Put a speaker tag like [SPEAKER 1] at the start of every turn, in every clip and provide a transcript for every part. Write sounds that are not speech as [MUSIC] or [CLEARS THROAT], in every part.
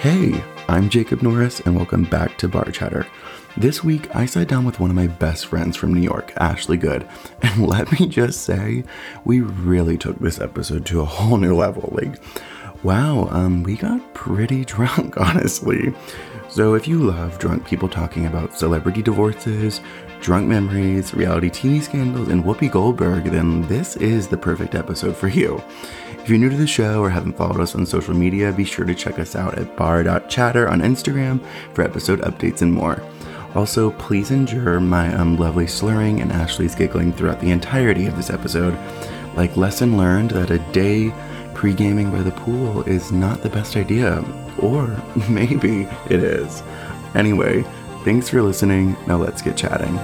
[SPEAKER 1] Hey, I'm Jacob Norris, and welcome back to Bar Chatter. This week, I sat down with one of my best friends from New York, Ashley Good, [LAUGHS] and let me just say, we really took this episode to a whole new level. Like, wow, um, we got pretty [LAUGHS] drunk, honestly. So, if you love drunk people talking about celebrity divorces, drunk memories, reality TV scandals, and Whoopi Goldberg, then this is the perfect episode for you. If you're new to the show or haven't followed us on social media, be sure to check us out at bar.chatter on Instagram for episode updates and more. Also, please endure my um, lovely slurring and Ashley's giggling throughout the entirety of this episode. Like, lesson learned that a day pre gaming by the pool is not the best idea, or [LAUGHS] maybe it is. Anyway, thanks for listening. Now, let's get chatting.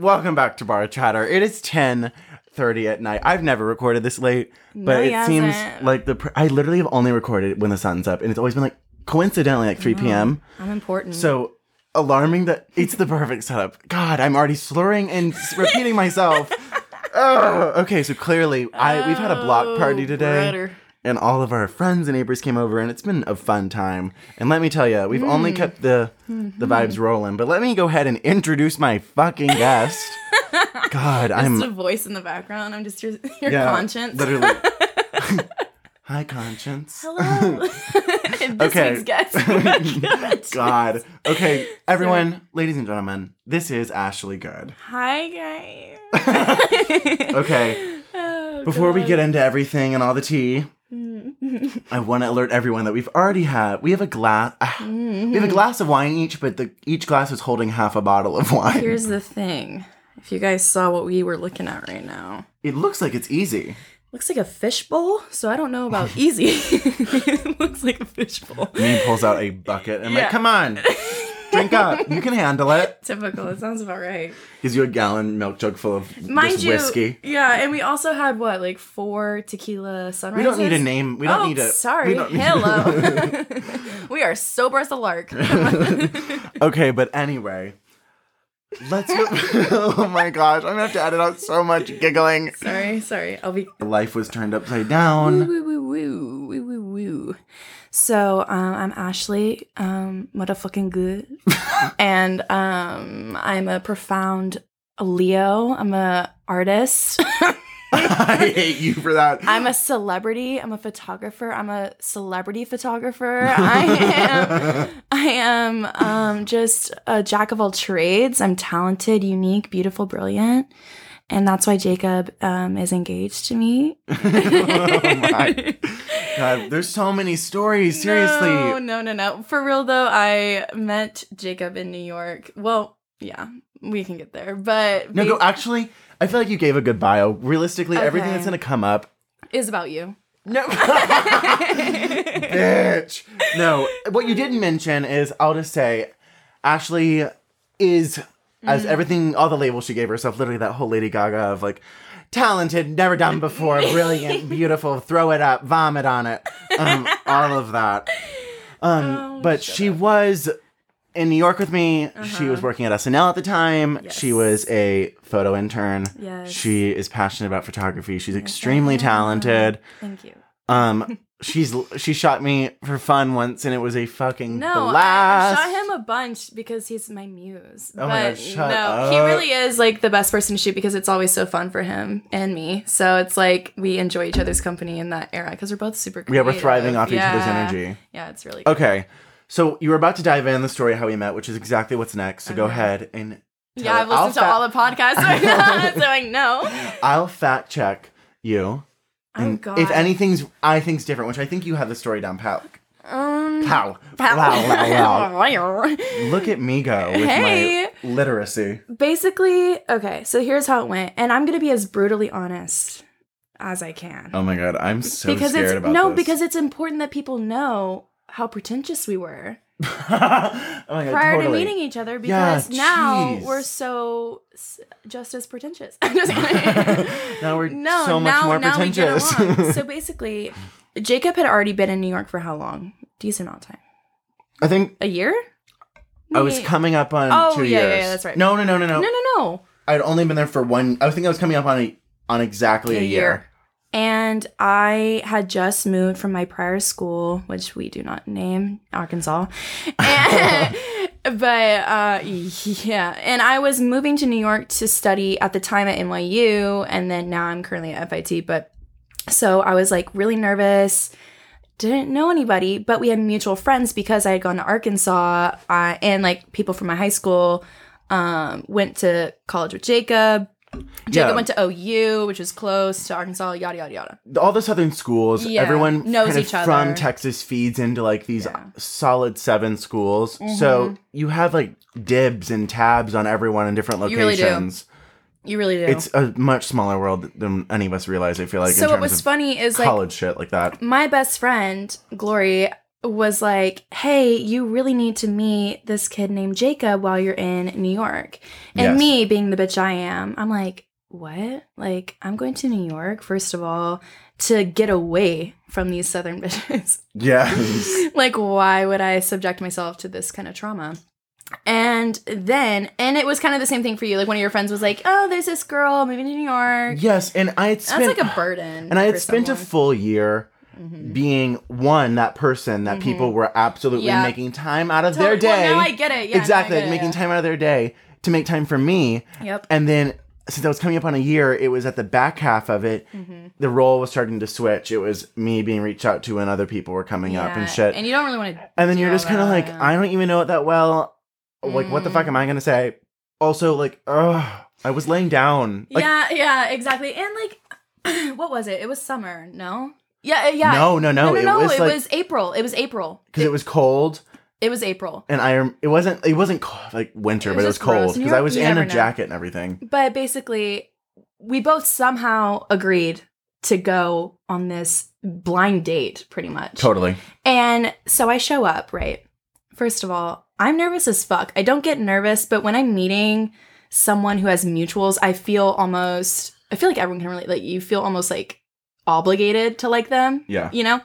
[SPEAKER 1] Welcome back to Bar Chatter. It is 10:30 at night. I've never recorded this late, but
[SPEAKER 2] No, he
[SPEAKER 1] it seems
[SPEAKER 2] hasn't.
[SPEAKER 1] like the pr- I literally have only recorded it when the sun's up, and it's always been like coincidentally like 3 p.m.
[SPEAKER 2] I'm important.
[SPEAKER 1] So alarming that it's the perfect setup. God, I'm already slurring and s- repeating
[SPEAKER 2] [LAUGHS]
[SPEAKER 1] myself. Ugh. Okay, so clearly I we've had a block party
[SPEAKER 2] Oh,
[SPEAKER 1] today.
[SPEAKER 2] brother.
[SPEAKER 1] And all of our friends and neighbors came over, and it's been a fun time. And let me tell you, we've
[SPEAKER 2] Hmm.
[SPEAKER 1] only kept the the vibes rolling. But let me go ahead and introduce my fucking
[SPEAKER 2] [LAUGHS]
[SPEAKER 1] guest. God, I'm
[SPEAKER 2] just a voice in the background. I'm just your, [LAUGHS] your
[SPEAKER 1] um, yeah,
[SPEAKER 2] conscience.
[SPEAKER 1] Literally.
[SPEAKER 2] [LAUGHS]
[SPEAKER 1] Hi, conscience. [LAUGHS]
[SPEAKER 2] Hello. this
[SPEAKER 1] Okay.
[SPEAKER 2] week's
[SPEAKER 1] [LAUGHS]
[SPEAKER 2] guest. Good.
[SPEAKER 1] God. Okay, everyone, ladies and gentlemen, this is Ashley Good.
[SPEAKER 2] Hi guys. [LAUGHS]
[SPEAKER 1] Okay.
[SPEAKER 2] Oh,
[SPEAKER 1] Before we get into everything and all the tea,
[SPEAKER 2] Mm. [LAUGHS]
[SPEAKER 1] I want to alert everyone that we've already had. [SIGHS] We have a glass. We
[SPEAKER 2] Mm-hmm.
[SPEAKER 1] have a glass of wine each, but the each glass is holding half a bottle of wine.
[SPEAKER 2] Here's the thing. If you guys saw what we were looking at right now.
[SPEAKER 1] it looks like it's easy.
[SPEAKER 2] Looks like a fishbowl, so I don't know
[SPEAKER 1] [LAUGHS]
[SPEAKER 2] about easy. [LAUGHS] it looks like a fishbowl.
[SPEAKER 1] Me pulls out a bucket and I'm like,
[SPEAKER 2] Yeah.
[SPEAKER 1] "Come
[SPEAKER 2] [LAUGHS]
[SPEAKER 1] on, drink up. You can handle it."
[SPEAKER 2] Typical. It sounds about right.
[SPEAKER 1] Gives you a gallon milk jug full of
[SPEAKER 2] Mind
[SPEAKER 1] just
[SPEAKER 2] you,
[SPEAKER 1] whiskey.
[SPEAKER 2] yeah, and we also had what, like four tequila sunrises.
[SPEAKER 1] We don't need a name. We don't
[SPEAKER 2] oh,
[SPEAKER 1] need a.
[SPEAKER 2] sorry.
[SPEAKER 1] We don't need-
[SPEAKER 2] Hello. [LAUGHS] we are sober as a lark.
[SPEAKER 1] [LAUGHS] Okay, but anyway, let's. Go- [LAUGHS] oh my gosh, I'm gonna have to edit out so much giggling.
[SPEAKER 2] sorry, sorry. I'll be
[SPEAKER 1] Life was turned upside
[SPEAKER 2] [LAUGHS]
[SPEAKER 1] down.
[SPEAKER 2] woo woo woo woo woo woo. So um, I'm Ashley, um, motherfucking good,
[SPEAKER 1] [LAUGHS]
[SPEAKER 2] and um, I'm a profound Leo. I'm a artist.
[SPEAKER 1] I hate you for that.
[SPEAKER 2] I'm a celebrity. I'm a photographer. I'm a celebrity photographer. I am. I am um, just a jack of all trades. I'm talented, unique, beautiful, brilliant, and that's why Jacob um, is engaged to me.
[SPEAKER 1] [LAUGHS] [LAUGHS] oh my
[SPEAKER 2] [LAUGHS]
[SPEAKER 1] god, there's so many stories. Seriously.
[SPEAKER 2] No, no, no, no. For real though, I met Jacob in New York. Well, yeah, we can get there. But
[SPEAKER 1] No,
[SPEAKER 2] ba-
[SPEAKER 1] go. Actually, I feel like you gave a good bio. Realistically, everything
[SPEAKER 2] Okay.
[SPEAKER 1] that's gonna come up.
[SPEAKER 2] is about you. [LAUGHS]
[SPEAKER 1] No, bitch. No, what you didn't mention is I'll just say, Ashley is as
[SPEAKER 2] Mm-hmm.
[SPEAKER 1] everything, all the labels she gave herself. Literally, that whole Lady Gaga of like, talented, never done before,
[SPEAKER 2] [LAUGHS]
[SPEAKER 1] brilliant, beautiful, throw it up, vomit on it, um, all of that. Um,
[SPEAKER 2] Oh,
[SPEAKER 1] but
[SPEAKER 2] shut Uh-huh.
[SPEAKER 1] she was in New York with me. She was working at SNL at the time.
[SPEAKER 2] Yes.
[SPEAKER 1] She was a photo intern.
[SPEAKER 2] Yes. Uh-huh.
[SPEAKER 1] She is passionate about photography. She's extremely talented.
[SPEAKER 2] Thank you. [LAUGHS]
[SPEAKER 1] Um, she's she shot me for fun once, and it was a fucking
[SPEAKER 2] No, I-
[SPEAKER 1] blast.
[SPEAKER 2] I shot him a bunch because he's my muse.
[SPEAKER 1] Oh
[SPEAKER 2] but
[SPEAKER 1] my God, shut
[SPEAKER 2] no, he
[SPEAKER 1] up.
[SPEAKER 2] really is like the best person to shoot because it's always so fun for him and me. So it's like we enjoy each other's company in that era because we're both super.
[SPEAKER 1] Yeah,
[SPEAKER 2] Creative.
[SPEAKER 1] we're thriving off each other's
[SPEAKER 2] Yeah.
[SPEAKER 1] energy.
[SPEAKER 2] Yeah, it's really. Good.
[SPEAKER 1] Okay, so you were about to dive in the story of how we met, which is exactly what's next. So go ahead and tell
[SPEAKER 2] Yeah,
[SPEAKER 1] it.
[SPEAKER 2] I've listened to
[SPEAKER 1] I'll
[SPEAKER 2] all the
[SPEAKER 1] [LAUGHS]
[SPEAKER 2] podcasts right now, [LAUGHS] so I know.
[SPEAKER 1] fa- I'll fact check you.
[SPEAKER 2] Oh God.
[SPEAKER 1] If anything's, I think's different, which I think you have the story down
[SPEAKER 2] [LAUGHS]
[SPEAKER 1] pat.
[SPEAKER 2] Um,
[SPEAKER 1] Pow. Pow.
[SPEAKER 2] Pow.
[SPEAKER 1] Wow,
[SPEAKER 2] [LAUGHS]
[SPEAKER 1] wow, wow. Look at me go with
[SPEAKER 2] Hey.
[SPEAKER 1] my literacy.
[SPEAKER 2] Basically, okay, so here's how it went. And I'm going to be as brutally honest as I can.
[SPEAKER 1] Oh my god, I'm so
[SPEAKER 2] because
[SPEAKER 1] scared
[SPEAKER 2] it's
[SPEAKER 1] about
[SPEAKER 2] no,
[SPEAKER 1] this. [LAUGHS]
[SPEAKER 2] because it's important that people know how pretentious we were
[SPEAKER 1] oh my god,
[SPEAKER 2] prior
[SPEAKER 1] totally.
[SPEAKER 2] to meeting each other
[SPEAKER 1] Yeah,
[SPEAKER 2] because now
[SPEAKER 1] jeez.
[SPEAKER 2] we're so s- just as pretentious. [LAUGHS]
[SPEAKER 1] [LAUGHS]
[SPEAKER 2] I'm just kidding.
[SPEAKER 1] now we're
[SPEAKER 2] no,
[SPEAKER 1] so much
[SPEAKER 2] now,
[SPEAKER 1] more
[SPEAKER 2] now we get
[SPEAKER 1] pretentious. [LAUGHS]
[SPEAKER 2] along. so basically, Jacob had already been in New York for how long? Decent amount of time.
[SPEAKER 1] I think
[SPEAKER 2] A year?
[SPEAKER 1] I was
[SPEAKER 2] Maybe-
[SPEAKER 1] coming up on
[SPEAKER 2] Oh,
[SPEAKER 1] two
[SPEAKER 2] yeah, yeah,
[SPEAKER 1] years.
[SPEAKER 2] yeah, that's right.
[SPEAKER 1] No, no, no, no, no.
[SPEAKER 2] No, no, no.
[SPEAKER 1] I'd only been there for one. I was thinking I was coming up on a, on exactly a,
[SPEAKER 2] A
[SPEAKER 1] year.
[SPEAKER 2] year. And I had just moved from my prior school, which we do not name, [LAUGHS] Arkansas. And- [LAUGHS] but uh, yeah, and I was moving to New York to study at the time at NYU, and then now I'm currently at FIT. But so I was like really nervous, didn't know anybody, but we had mutual friends because I had gone to Arkansas, uh, and like people from my high school um, went to college with Jacob. Jacob
[SPEAKER 1] Yeah.
[SPEAKER 2] went to OU, which is close to Arkansas, yada yada yada.
[SPEAKER 1] All the southern schools,
[SPEAKER 2] Yeah,
[SPEAKER 1] everyone
[SPEAKER 2] knows
[SPEAKER 1] kind of
[SPEAKER 2] each other.
[SPEAKER 1] from Texas feeds into like these
[SPEAKER 2] Yeah. Mm-hmm.
[SPEAKER 1] solid seven schools. So you have like dibs and tabs on everyone in different
[SPEAKER 2] You really do.
[SPEAKER 1] locations.
[SPEAKER 2] You really do.
[SPEAKER 1] It's a much smaller world than any of us realize. I feel like in
[SPEAKER 2] so
[SPEAKER 1] terms
[SPEAKER 2] what was
[SPEAKER 1] of
[SPEAKER 2] funny is like
[SPEAKER 1] college shit like that.
[SPEAKER 2] my best friend Glory was like, "Hey, you really need to meet this kid named Jacob while you're in New York." And
[SPEAKER 1] Yes.
[SPEAKER 2] me, being the bitch I am, I'm like, "What? Like, I'm going to New York first of all to get away from these southern [LAUGHS] bitches." [LAUGHS]
[SPEAKER 1] Yes.
[SPEAKER 2] like why would i subject myself to this kind of trauma and then and it was kind of the same thing for you like one of your friends was like oh there's this girl moving to new york
[SPEAKER 1] yes, and I had
[SPEAKER 2] that's
[SPEAKER 1] spent
[SPEAKER 2] like a burden
[SPEAKER 1] and I had
[SPEAKER 2] for
[SPEAKER 1] spent a
[SPEAKER 2] someone.
[SPEAKER 1] full year
[SPEAKER 2] Mhm.
[SPEAKER 1] being one that person that people were absolutely
[SPEAKER 2] Mm-hmm. Yeah.
[SPEAKER 1] making time out of
[SPEAKER 2] Totally-
[SPEAKER 1] their day.
[SPEAKER 2] well, now i get it yeah, now I
[SPEAKER 1] exactly,
[SPEAKER 2] get it,
[SPEAKER 1] making
[SPEAKER 2] yeah.
[SPEAKER 1] time out of their day to make time for me.
[SPEAKER 2] yep
[SPEAKER 1] And then since I was coming up on a year, it was at the back half of it.
[SPEAKER 2] Mm-hmm.
[SPEAKER 1] The role was starting to switch. It was me being reached out to, and other people were coming up and
[SPEAKER 2] Yeah,
[SPEAKER 1] shit. And,
[SPEAKER 2] and you don't really want to
[SPEAKER 1] then you're just kind of like, I don't even know it that well. Like, what the
[SPEAKER 2] Mm.
[SPEAKER 1] fuck am I gonna say? Also, like, ugh, I was laying down. Like,
[SPEAKER 2] yeah yeah exactly and like [CLEARS THROAT] what was it it was summer no yeah uh, yeah
[SPEAKER 1] no, no, no,
[SPEAKER 2] no, no,
[SPEAKER 1] It
[SPEAKER 2] no,
[SPEAKER 1] was
[SPEAKER 2] it
[SPEAKER 1] like
[SPEAKER 2] was april it was aprem
[SPEAKER 1] because it was cold.
[SPEAKER 2] it was april
[SPEAKER 1] and I rem- it wasn't it wasn't cold, like winter,
[SPEAKER 2] It
[SPEAKER 1] but
[SPEAKER 2] was
[SPEAKER 1] it was
[SPEAKER 2] just gross.
[SPEAKER 1] cold
[SPEAKER 2] You
[SPEAKER 1] because I
[SPEAKER 2] never-
[SPEAKER 1] was
[SPEAKER 2] you
[SPEAKER 1] in a
[SPEAKER 2] never know.
[SPEAKER 1] jacket and everything.
[SPEAKER 2] But basically, we both somehow agreed to go on this blind date, pretty much.
[SPEAKER 1] [LAUGHS] Totally.
[SPEAKER 2] And so I show up, right? First of all, I'm nervous as fuck. I don't get nervous, but when I'm meeting someone who has mutuals, I feel almost, I feel like everyone can relate, like, you feel almost like obligated to like them
[SPEAKER 1] Yeah.
[SPEAKER 2] you know?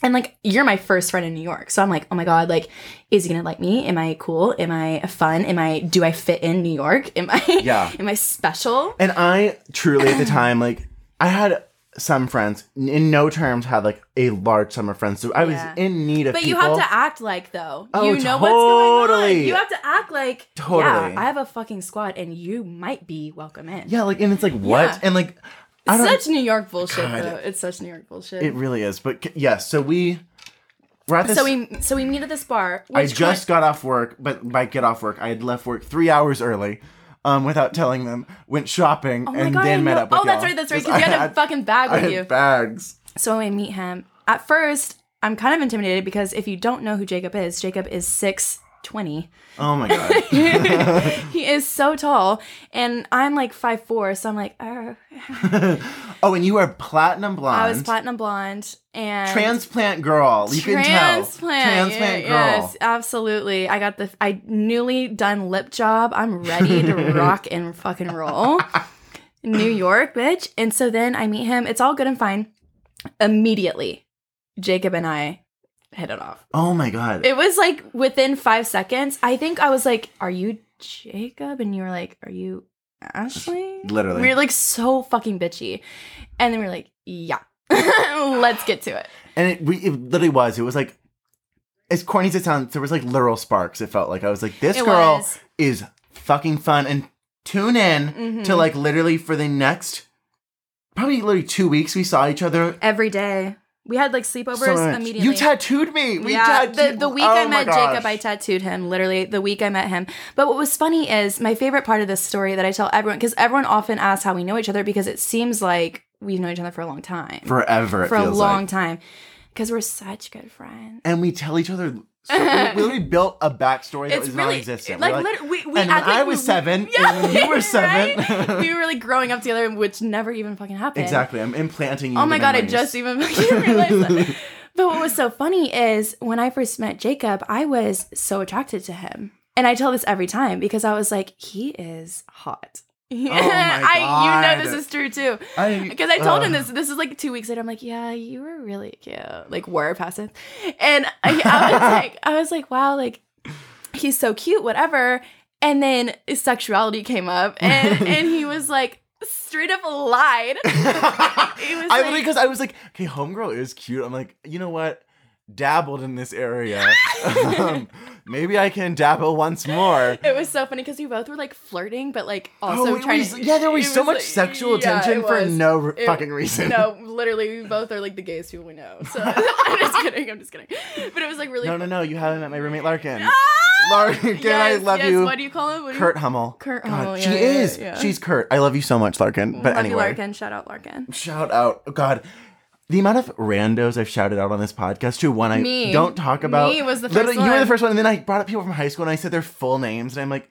[SPEAKER 2] And like you're my first friend in New York. So I'm like, oh my God, like, is he gonna like me? Am I cool? Am I fun? Am I do I fit in New York? Am I
[SPEAKER 1] Yeah.
[SPEAKER 2] am I special?
[SPEAKER 1] And I truly at the time like I had some friends n- in no terms had like a large summer friends, so I was
[SPEAKER 2] Yeah.
[SPEAKER 1] in need of.
[SPEAKER 2] But
[SPEAKER 1] people.
[SPEAKER 2] you have to act like though.
[SPEAKER 1] Oh,
[SPEAKER 2] you know what's going on.
[SPEAKER 1] totally.
[SPEAKER 2] You have to act like
[SPEAKER 1] Totally.
[SPEAKER 2] Yeah, I have a fucking squad and you might be welcome in.
[SPEAKER 1] Yeah, like and it's like what
[SPEAKER 2] Yeah.
[SPEAKER 1] and like I don't.
[SPEAKER 2] Such New York bullshit
[SPEAKER 1] God.
[SPEAKER 2] though. It's such New York bullshit.
[SPEAKER 1] it really is, but c- yes. so we. We're at this,
[SPEAKER 2] so we so we meet at this bar.
[SPEAKER 1] I
[SPEAKER 2] which
[SPEAKER 1] just got off work, but by get off work, I had left work three hours early, um, without telling them. Went shopping
[SPEAKER 2] Oh my
[SPEAKER 1] and
[SPEAKER 2] God, I
[SPEAKER 1] then met
[SPEAKER 2] know-
[SPEAKER 1] up. with
[SPEAKER 2] Oh, that's
[SPEAKER 1] y'all.
[SPEAKER 2] right, that's right.
[SPEAKER 1] 'Cause
[SPEAKER 2] Because
[SPEAKER 1] [LAUGHS]
[SPEAKER 2] you
[SPEAKER 1] I
[SPEAKER 2] had a fucking bag
[SPEAKER 1] I
[SPEAKER 2] with
[SPEAKER 1] had
[SPEAKER 2] you.
[SPEAKER 1] bags.
[SPEAKER 2] So I meet him. At first, I'm kind of intimidated because if you don't know who Jacob is, Jacob
[SPEAKER 1] [LAUGHS]
[SPEAKER 2] is 6'20.
[SPEAKER 1] Oh my god.
[SPEAKER 2] [LAUGHS] he is so tall. And I'm like 5'4. So I'm like, oh.
[SPEAKER 1] Oh, and you are platinum blonde.
[SPEAKER 2] I was platinum blonde. And.
[SPEAKER 1] Transplant girl. You can tell.
[SPEAKER 2] Transplant.
[SPEAKER 1] Transplant
[SPEAKER 2] yeah,
[SPEAKER 1] girl.
[SPEAKER 2] Yes, absolutely. I got the I newly done lip job. I'm ready
[SPEAKER 1] [LAUGHS]
[SPEAKER 2] to rock and fucking roll. New York, bitch. And so then I meet him. It's all good and fine. Immediately, Jacob and I hit it off.
[SPEAKER 1] Oh my god.
[SPEAKER 2] It was like within five seconds. I think I was like, "Are you Jacob?" And you were like, "Are you Ashley?"
[SPEAKER 1] Literally.
[SPEAKER 2] we were like so fucking bitchy, and then we were like, "Yeah, [LAUGHS] let's get to it."
[SPEAKER 1] and it, we, it literally was. It was like, as corny as it sounds, there was like literal sparks. It felt like I was like, this
[SPEAKER 2] It
[SPEAKER 1] girl
[SPEAKER 2] was.
[SPEAKER 1] is fucking fun. And tune in
[SPEAKER 2] mm-hmm.
[SPEAKER 1] to like literally for the next probably literally two weeks. We saw each other.
[SPEAKER 2] Every day we had like sleepovers
[SPEAKER 1] So much.
[SPEAKER 2] immediately.
[SPEAKER 1] You tattooed me. We
[SPEAKER 2] yeah,
[SPEAKER 1] tattooed.
[SPEAKER 2] the, the week
[SPEAKER 1] oh
[SPEAKER 2] I
[SPEAKER 1] my
[SPEAKER 2] met Jacob,
[SPEAKER 1] gosh.
[SPEAKER 2] I tattooed him. Literally, the week I met him. But what was funny is my favorite part of this story that I tell everyone because everyone often asks how we know each other because it seems like we've known each other for a long time,
[SPEAKER 1] forever. It
[SPEAKER 2] for a
[SPEAKER 1] feels
[SPEAKER 2] long
[SPEAKER 1] like.
[SPEAKER 2] time, because we're such good friends.
[SPEAKER 1] And we tell each other. So,
[SPEAKER 2] [LAUGHS]
[SPEAKER 1] we literally built a backstory that
[SPEAKER 2] It's
[SPEAKER 1] was
[SPEAKER 2] really
[SPEAKER 1] non-existent.
[SPEAKER 2] like,
[SPEAKER 1] We're
[SPEAKER 2] literally, we, we
[SPEAKER 1] and when
[SPEAKER 2] act like
[SPEAKER 1] I
[SPEAKER 2] we-
[SPEAKER 1] was
[SPEAKER 2] we-
[SPEAKER 1] seven,
[SPEAKER 2] [LAUGHS] yeah,
[SPEAKER 1] and when you were seven.
[SPEAKER 2] right? we were like growing up together, which never even fucking happened.
[SPEAKER 1] Exactly. I'm implanting you.
[SPEAKER 2] Oh
[SPEAKER 1] with
[SPEAKER 2] my
[SPEAKER 1] the
[SPEAKER 2] god, I
[SPEAKER 1] memories.
[SPEAKER 2] just [LAUGHS] even fucking realized that. But what was so funny is when I first met Jacob, I was so attracted to him. And I tell this every time because I was like, he is hot. [LAUGHS] I, you know
[SPEAKER 1] Oh God.
[SPEAKER 2] this is true too.
[SPEAKER 1] [LAUGHS] I- uh,
[SPEAKER 2] Because
[SPEAKER 1] [LAUGHS]
[SPEAKER 2] I told him
[SPEAKER 1] ugh.
[SPEAKER 2] this. This is like two weeks later. I'm like, yeah, you were really cute. Like, were passive.
[SPEAKER 1] [LAUGHS]
[SPEAKER 2] And I, I was like, I was like, wow, like he's so cute, whatever. And then sexuality came up, and, and he was like, straight up lied.
[SPEAKER 1] I literally
[SPEAKER 2] like-
[SPEAKER 1] because I was like, okay, homegirl is cute. I'm like, you know what? Dabbled in this area.
[SPEAKER 2] [LAUGHS]
[SPEAKER 1] Um, maybe I can dabble once more.
[SPEAKER 2] It was so funny because we both were like flirting, but like also
[SPEAKER 1] oh, it
[SPEAKER 2] trying
[SPEAKER 1] was-
[SPEAKER 2] to.
[SPEAKER 1] yeah, there was
[SPEAKER 2] [LAUGHS] it
[SPEAKER 1] so much
[SPEAKER 2] like-
[SPEAKER 1] sexual
[SPEAKER 2] yeah,
[SPEAKER 1] attention
[SPEAKER 2] it
[SPEAKER 1] for
[SPEAKER 2] was.
[SPEAKER 1] no r
[SPEAKER 2] It-
[SPEAKER 1] fucking reason.
[SPEAKER 2] [LAUGHS] No, literally, we both are like the gayest people we know. So [LAUGHS] I'm just kidding. I'm just kidding. But it was like
[SPEAKER 1] [LAUGHS]
[SPEAKER 2] really.
[SPEAKER 1] no, no, no, you haven't met my roommate Larkin.
[SPEAKER 2] [LAUGHS] Ah!
[SPEAKER 1] Larkin, I
[SPEAKER 2] Yes,
[SPEAKER 1] love
[SPEAKER 2] yes,
[SPEAKER 1] you.
[SPEAKER 2] What do you call it? What do you-
[SPEAKER 1] Kurt Hummel.
[SPEAKER 2] Kurt
[SPEAKER 1] God,
[SPEAKER 2] Hummel,
[SPEAKER 1] she
[SPEAKER 2] yeah, yeah,
[SPEAKER 1] is.
[SPEAKER 2] yeah, yeah.
[SPEAKER 1] She's Kurt. I love you so much, Larkin. But
[SPEAKER 2] Love you,
[SPEAKER 1] anyway,
[SPEAKER 2] Larkin. Shout out Larkin.
[SPEAKER 1] shout out. Oh, God. The amount of randos I've shouted out on this podcast to one I
[SPEAKER 2] Me.
[SPEAKER 1] don't talk about.
[SPEAKER 2] Me was the
[SPEAKER 1] Literally,
[SPEAKER 2] first
[SPEAKER 1] You were the
[SPEAKER 2] one.
[SPEAKER 1] first one, and then I brought up people from high school and I said their full names, and I'm like,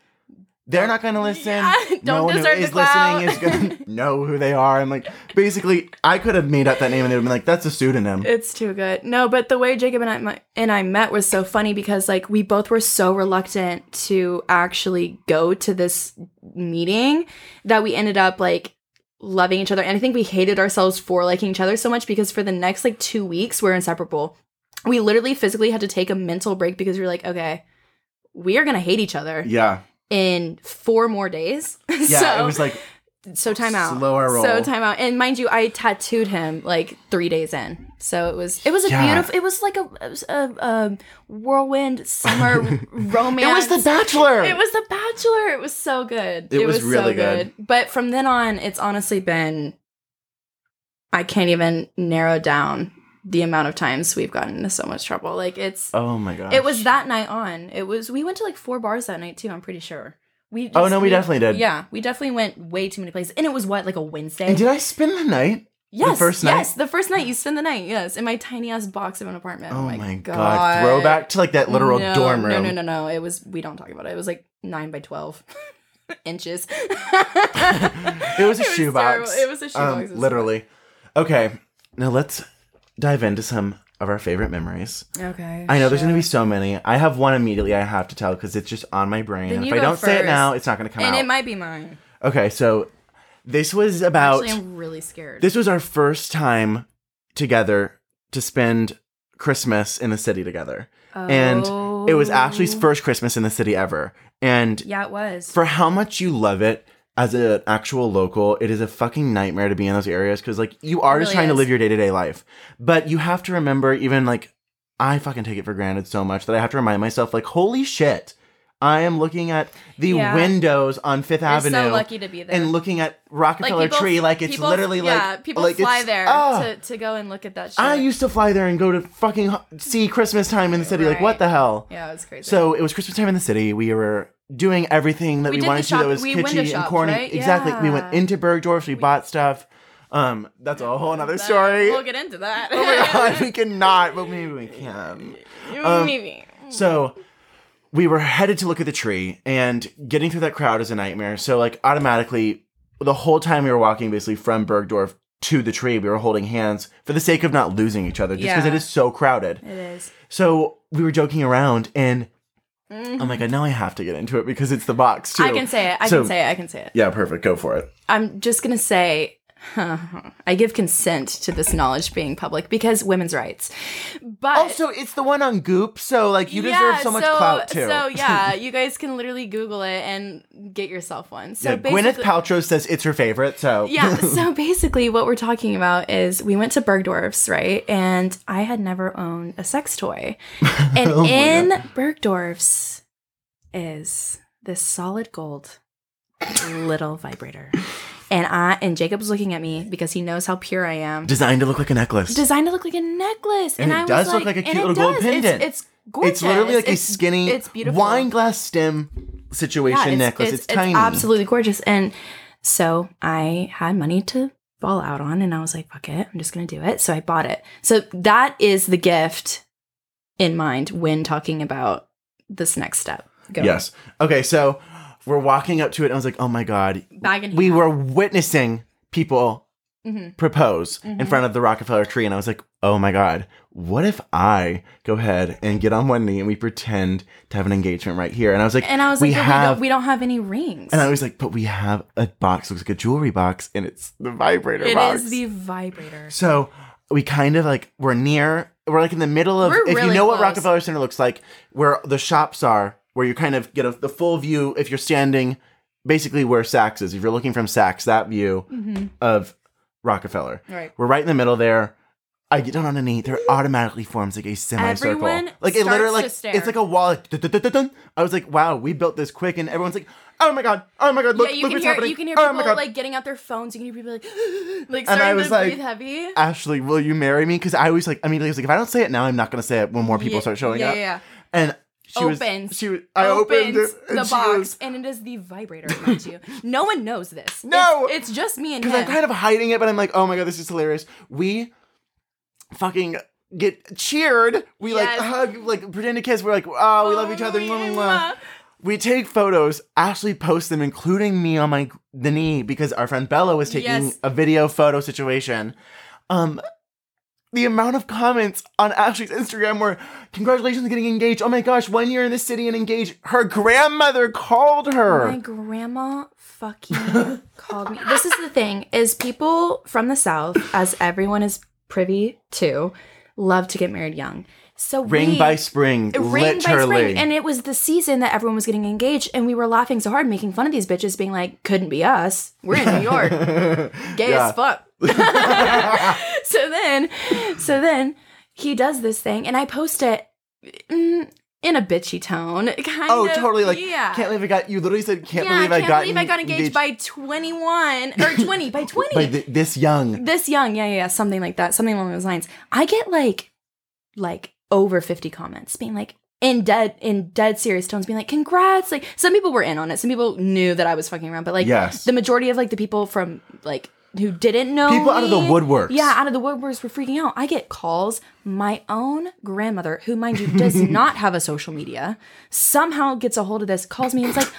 [SPEAKER 1] they're not gonna listen.
[SPEAKER 2] Yeah, [LAUGHS] don't
[SPEAKER 1] no one
[SPEAKER 2] deserve
[SPEAKER 1] who
[SPEAKER 2] the
[SPEAKER 1] is listening
[SPEAKER 2] clout.
[SPEAKER 1] is
[SPEAKER 2] [LAUGHS]
[SPEAKER 1] gonna know who they are. I'm like, basically, I could have made up that name and they would have been like, that's a pseudonym.
[SPEAKER 2] It's too good. No, but the way Jacob and I my, and I met was so funny because like we both were so reluctant to actually go to this meeting that we ended up like loving each other. And I think we hated ourselves for liking each other so much because for the next like 2 weeks we're inseparable. We literally physically had to take a mental break because we were like, okay, we are going to hate each other
[SPEAKER 1] yeah.
[SPEAKER 2] in 4 more days. [LAUGHS]
[SPEAKER 1] Yeah.
[SPEAKER 2] so
[SPEAKER 1] it was like,
[SPEAKER 2] so time out.
[SPEAKER 1] Slower roll.
[SPEAKER 2] So time out. And mind you, I tattooed him like three days in. So it was it was a
[SPEAKER 1] Yeah.
[SPEAKER 2] beautiful. It was like a it was a, um whirlwind summer romance.
[SPEAKER 1] [LAUGHS] it was The Bachelor.
[SPEAKER 2] It was The Bachelor. It was so good.
[SPEAKER 1] It was really
[SPEAKER 2] so good. But from then on, it's honestly been. I can't even narrow down the amount of times we've gotten into so much trouble. Like it's.
[SPEAKER 1] Oh my gosh.
[SPEAKER 2] It was that night on. It was we went to like four bars that night too. I'm pretty sure. We
[SPEAKER 1] Oh,
[SPEAKER 2] just-
[SPEAKER 1] no, we definitely did.
[SPEAKER 2] Yeah, we definitely went way too many places, and it was what like a Wednesday.
[SPEAKER 1] And did I spend the night?
[SPEAKER 2] yes,
[SPEAKER 1] first night?
[SPEAKER 2] yes, the first night you spend the night. Yes, in my tiny ass box of an apartment.
[SPEAKER 1] Oh, my god. Throwback to like that literal
[SPEAKER 2] No,
[SPEAKER 1] dorm room.
[SPEAKER 2] No, no, no, no. It was. We don't talk about it. It was like nine by twelve [LAUGHS]
[SPEAKER 1] [LAUGHS]
[SPEAKER 2] inches.
[SPEAKER 1] It
[SPEAKER 2] [LAUGHS]
[SPEAKER 1] was a
[SPEAKER 2] terrible.
[SPEAKER 1] shoebox.
[SPEAKER 2] It was a
[SPEAKER 1] Um,
[SPEAKER 2] shoebox.
[SPEAKER 1] literally. Okay. Now let's dive into some of our favorite memories.
[SPEAKER 2] Okay.
[SPEAKER 1] I know there's going to be so many. I have one immediately I have to tell because it's just on my brain.
[SPEAKER 2] Then
[SPEAKER 1] and if
[SPEAKER 2] you
[SPEAKER 1] I
[SPEAKER 2] go
[SPEAKER 1] don't say it now,
[SPEAKER 2] first.
[SPEAKER 1] it's not going to come
[SPEAKER 2] And
[SPEAKER 1] out.
[SPEAKER 2] it might be mine.
[SPEAKER 1] okay, so this was about
[SPEAKER 2] Actually, I'm really scared.
[SPEAKER 1] this was our first time together to spend Christmas in the city together. And it was Ashley's
[SPEAKER 2] Oh.
[SPEAKER 1] first Christmas in the city ever. And
[SPEAKER 2] yeah, it was.
[SPEAKER 1] for how much you love it as an actual local, it is a fucking nightmare to be in those areas because like you are
[SPEAKER 2] It
[SPEAKER 1] just
[SPEAKER 2] really
[SPEAKER 1] trying to
[SPEAKER 2] is.
[SPEAKER 1] live your day to day life, but you have to remember even like I fucking take it for granted so much that I have to remind myself like holy shit, I am looking at the
[SPEAKER 2] Yeah.
[SPEAKER 1] windows on Fifth
[SPEAKER 2] You're
[SPEAKER 1] Avenue
[SPEAKER 2] so lucky to be there.
[SPEAKER 1] and looking at Rockefeller
[SPEAKER 2] people-
[SPEAKER 1] Tree like it's
[SPEAKER 2] people-
[SPEAKER 1] literally
[SPEAKER 2] yeah,
[SPEAKER 1] like
[SPEAKER 2] people
[SPEAKER 1] like,
[SPEAKER 2] fly
[SPEAKER 1] it's-
[SPEAKER 2] there
[SPEAKER 1] ah.
[SPEAKER 2] to, to go and look at that shit.
[SPEAKER 1] I used to fly there and go to fucking h- see Christmas time in the city. Like what
[SPEAKER 2] Right.
[SPEAKER 1] the hell?
[SPEAKER 2] yeah, it was crazy.
[SPEAKER 1] So it was Christmas time in the city. We were doing everything that
[SPEAKER 2] We
[SPEAKER 1] we,
[SPEAKER 2] did the
[SPEAKER 1] wanted to. do
[SPEAKER 2] shop-
[SPEAKER 1] That was
[SPEAKER 2] we window
[SPEAKER 1] kitschy and
[SPEAKER 2] shopped,
[SPEAKER 1] corny.
[SPEAKER 2] right?
[SPEAKER 1] Exactly. We went
[SPEAKER 2] Yeah.
[SPEAKER 1] into Bergdorf's. We, bought stuff. Um, that's a whole other
[SPEAKER 2] That-
[SPEAKER 1] story.
[SPEAKER 2] We'll get into that.
[SPEAKER 1] [LAUGHS] Oh
[SPEAKER 2] [LAUGHS]
[SPEAKER 1] my god, we cannot, but maybe we can. um,
[SPEAKER 2] Maybe.
[SPEAKER 1] So we were headed to look at the tree, and getting through that crowd is a nightmare. So like automatically, the whole time we were walking, basically from Bergdorf to the tree, we were holding hands for the sake of not losing each other, just because
[SPEAKER 2] Yeah.
[SPEAKER 1] it is so crowded.
[SPEAKER 2] It is.
[SPEAKER 1] So we were joking around, and
[SPEAKER 2] Mm.
[SPEAKER 1] I'm like, now I have to get into it because it's the box too.
[SPEAKER 2] I can say it. I
[SPEAKER 1] So-
[SPEAKER 2] can say it. I can say it.
[SPEAKER 1] Yeah, perfect. Go for it.
[SPEAKER 2] I'm just gonna say. [LAUGHS] I give consent to this knowledge being public because women's rights. But
[SPEAKER 1] Also, it's the one on Goop, so like you deserve so much clout too. [LAUGHS]
[SPEAKER 2] So yeah, you guys can literally Google it and get yourself one. So
[SPEAKER 1] Yeah, Gwyneth
[SPEAKER 2] basically,
[SPEAKER 1] Paltrow says it's her favorite, so [LAUGHS]
[SPEAKER 2] yeah. So basically, what we're talking about is we went to Bergdorf's, right? And I had never owned a sex toy.
[SPEAKER 1] [LAUGHS]
[SPEAKER 2] And
[SPEAKER 1] Oh my
[SPEAKER 2] in Bergdorf's is this solid gold little vibrator. And I and Jacob was looking at me because he knows how pure I am.
[SPEAKER 1] designed to look like a necklace.
[SPEAKER 2] Designed to look like a necklace,
[SPEAKER 1] And
[SPEAKER 2] and,
[SPEAKER 1] it
[SPEAKER 2] I
[SPEAKER 1] does
[SPEAKER 2] was
[SPEAKER 1] look like
[SPEAKER 2] like
[SPEAKER 1] a cute
[SPEAKER 2] and it
[SPEAKER 1] little gold
[SPEAKER 2] does.
[SPEAKER 1] pendant.
[SPEAKER 2] It's, it's gorgeous.
[SPEAKER 1] It's literally like
[SPEAKER 2] It's-
[SPEAKER 1] a skinny
[SPEAKER 2] It's beautiful.
[SPEAKER 1] wine glass stem situation necklace. It's, tiny.
[SPEAKER 2] absolutely gorgeous. And so I had money to fall out on, and I was like, fuck it, I'm just gonna do it. So I bought it. So that is the gift in mind when talking about this next step. Go.
[SPEAKER 1] Yes. Okay, so we're walking up to it and I was like, "Oh my god,
[SPEAKER 2] Bag and
[SPEAKER 1] we were witnessing people
[SPEAKER 2] Mhm.
[SPEAKER 1] propose in
[SPEAKER 2] Mhm.
[SPEAKER 1] front of the Rockefeller tree. And I was like, oh my God, what if I go ahead and get on one knee and we pretend to have an engagement right here? And I was like,
[SPEAKER 2] And I was
[SPEAKER 1] we
[SPEAKER 2] like, "But we,
[SPEAKER 1] have.
[SPEAKER 2] don't, we don't have any rings.
[SPEAKER 1] and I was like, but we have a box, looks like a jewelry box, and it's the vibrator
[SPEAKER 2] It
[SPEAKER 1] box.
[SPEAKER 2] is the vibrator.
[SPEAKER 1] so we kind of like, we're near, we're like in the middle of,
[SPEAKER 2] We're
[SPEAKER 1] if you
[SPEAKER 2] really
[SPEAKER 1] know what
[SPEAKER 2] close.
[SPEAKER 1] Rockefeller Center looks like, where the shops are, where you kind of get a, the full view if you're standing basically where Saks is. If you're looking from Saks, that view
[SPEAKER 2] Mm-hmm.
[SPEAKER 1] of Rockefeller.
[SPEAKER 2] Right.
[SPEAKER 1] We're right in the middle there. I get down on a knee. There automatically forms like a semicircle.
[SPEAKER 2] Everyone
[SPEAKER 1] like
[SPEAKER 2] starts
[SPEAKER 1] literally,
[SPEAKER 2] to
[SPEAKER 1] like
[SPEAKER 2] stare.
[SPEAKER 1] it's like a wall. like, dun, dun, dun, dun, dun. I was like, wow, we built this quick, and everyone's like, oh my god, oh my god, look,
[SPEAKER 2] yeah, you
[SPEAKER 1] look
[SPEAKER 2] can
[SPEAKER 1] what's
[SPEAKER 2] hear
[SPEAKER 1] happening.
[SPEAKER 2] you can hear
[SPEAKER 1] oh
[SPEAKER 2] people
[SPEAKER 1] my god,
[SPEAKER 2] like getting out their phones. You can hear people like [GASPS] like
[SPEAKER 1] I
[SPEAKER 2] starting
[SPEAKER 1] was
[SPEAKER 2] to
[SPEAKER 1] like-
[SPEAKER 2] breathe heavy.
[SPEAKER 1] Ashley, will you marry me? Because I always like, I mean, I was like, if I don't say it now, I'm not gonna say it when more people
[SPEAKER 2] Yeah,
[SPEAKER 1] start showing
[SPEAKER 2] yeah,
[SPEAKER 1] up.
[SPEAKER 2] Yeah, yeah.
[SPEAKER 1] And she
[SPEAKER 2] Opens.
[SPEAKER 1] was, she was, I opened,
[SPEAKER 2] Opens
[SPEAKER 1] it, and
[SPEAKER 2] the
[SPEAKER 1] she
[SPEAKER 2] box,
[SPEAKER 1] was-
[SPEAKER 2] and it is the vibrator.
[SPEAKER 1] [LAUGHS]
[SPEAKER 2] mind you, no one knows this.
[SPEAKER 1] No!
[SPEAKER 2] it's, it's just me and him.
[SPEAKER 1] because I'm kind of hiding it, but I'm like, oh my god, this is hilarious. We fucking get cheered. We
[SPEAKER 2] Yes.
[SPEAKER 1] like hug, like pretend to kiss. We're like, oh, we love each other. Mwah, mwah, mwah. We take photos. Ashley posts them, including me on my the knee, because our friend Bella was taking
[SPEAKER 2] Yes.
[SPEAKER 1] a video photo situation. Um. The amount of comments on Ashley's Instagram were, congratulations on getting engaged. Oh my gosh, one year in the city and engaged. Her grandmother called her.
[SPEAKER 2] Oh My grandma
[SPEAKER 1] [LAUGHS]
[SPEAKER 2] fucking called me. This is the thing: is people from the South, as everyone is privy to, love to get married young. So
[SPEAKER 1] Ring
[SPEAKER 2] we,
[SPEAKER 1] by spring,
[SPEAKER 2] Ring by
[SPEAKER 1] literally.
[SPEAKER 2] spring, and it was the season that everyone was getting engaged, and we were laughing so hard, making fun of these bitches, being like, "Couldn't be us. We're in New York,
[SPEAKER 1] [LAUGHS]
[SPEAKER 2] gay
[SPEAKER 1] Yeah.
[SPEAKER 2] as
[SPEAKER 1] [LAUGHS]
[SPEAKER 2] fuck." [LAUGHS] so then, so then he does this thing, and I post it mm, in a bitchy tone, [LAUGHS] kind
[SPEAKER 1] Oh,
[SPEAKER 2] of.
[SPEAKER 1] totally. Like,
[SPEAKER 2] yeah.
[SPEAKER 1] can't believe I got. You literally said, "Can't
[SPEAKER 2] yeah,
[SPEAKER 1] believe
[SPEAKER 2] I
[SPEAKER 1] I
[SPEAKER 2] can't
[SPEAKER 1] got."
[SPEAKER 2] believe I got engaged, by 21
[SPEAKER 1] [LAUGHS]
[SPEAKER 2] or 20 by 20
[SPEAKER 1] by th- this young.
[SPEAKER 2] this young yeah yeah yeah something like that something along those lines i get like like over 50 comments being like in dead in dead serious tones being like congrats like some people were in on it some people knew that i was fucking around but like
[SPEAKER 1] Yes.
[SPEAKER 2] the majority of like the people from like who didn't know
[SPEAKER 1] People out of the
[SPEAKER 2] me-
[SPEAKER 1] woodworks.
[SPEAKER 2] yeah out of the woodworks were freaking out i get calls my own grandmother who mind
[SPEAKER 1] [LAUGHS]
[SPEAKER 2] you does not have a social media somehow gets a hold of this calls me and is like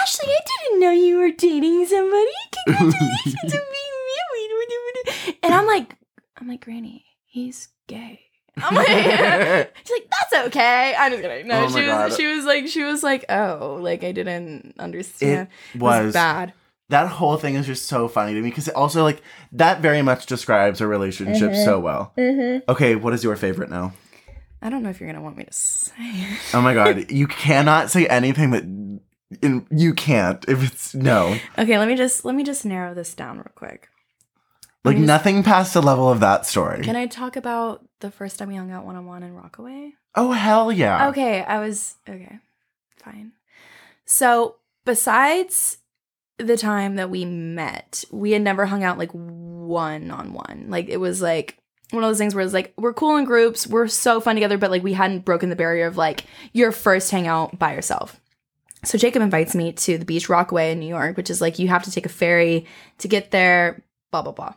[SPEAKER 2] ashley i didn't know you were dating somebody congratulations on being married and i'm like i'm like granny he's gay i'm like [LAUGHS]
[SPEAKER 1] [LAUGHS]
[SPEAKER 2] She's like, that's okay. I'm just kidding. No,
[SPEAKER 1] Oh my
[SPEAKER 2] she was
[SPEAKER 1] God.
[SPEAKER 2] she was like she was like, oh, like I didn't understand.
[SPEAKER 1] It was
[SPEAKER 2] bad.
[SPEAKER 1] that whole thing is just so funny to me because it also like that very much describes a relationship so
[SPEAKER 2] Mm-hmm.
[SPEAKER 1] well. Okay, what is your favorite now?
[SPEAKER 2] I don't know if you're gonna want me to say [LAUGHS] it.
[SPEAKER 1] Oh my god, you cannot say anything that in, you can't if it's
[SPEAKER 2] [LAUGHS]
[SPEAKER 1] no
[SPEAKER 2] Okay, let me just let me just narrow this down real quick.
[SPEAKER 1] like
[SPEAKER 2] Please.
[SPEAKER 1] nothing past the level of that story.
[SPEAKER 2] Can I talk about the first time we hung out one on one in Rockaway?
[SPEAKER 1] oh hell yeah.
[SPEAKER 2] Okay, I was okay. Fine. So, besides the time that we met, we had never hung out like one on one. Like it was like one of those things where it's like we're cool in groups, we're so fun together, but like we hadn't broken the barrier of like your first hangout by yourself. So Jacob invites me to the beach Rockaway in New York, which is like you have to take a ferry to get there, blah blah blah.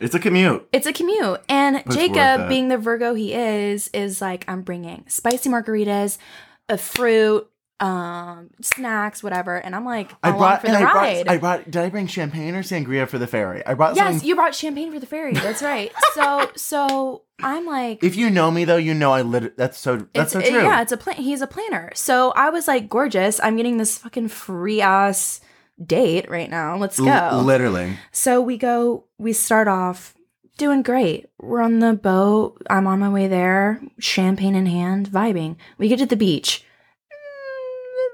[SPEAKER 1] It's a commute.
[SPEAKER 2] It's a commute. And
[SPEAKER 1] it's worth it.
[SPEAKER 2] Jacob, being the Virgo he is, is like, I'm bringing spicy margaritas, a fruit, um, snacks, whatever. And I'm like,
[SPEAKER 1] I
[SPEAKER 2] along
[SPEAKER 1] brought
[SPEAKER 2] for the
[SPEAKER 1] and I
[SPEAKER 2] ride.
[SPEAKER 1] brought I brought did I bring champagne or sangria for the ferry? I brought something
[SPEAKER 2] yes, you brought champagne for the ferry.
[SPEAKER 1] [LAUGHS]
[SPEAKER 2] That's right. so, so I'm like,
[SPEAKER 1] If you know me though, you know I lit. That's so. That's
[SPEAKER 2] it's,
[SPEAKER 1] so
[SPEAKER 2] it-
[SPEAKER 1] true.
[SPEAKER 2] yeah, it's a plan. He's a planner. So I was like, gorgeous. I'm getting this fucking free ass date right now. Let's go.
[SPEAKER 1] L- literally.
[SPEAKER 2] So we go, we start off doing great. We're on the boat. I'm on my way there, champagne in hand, vibing. We get to the beach.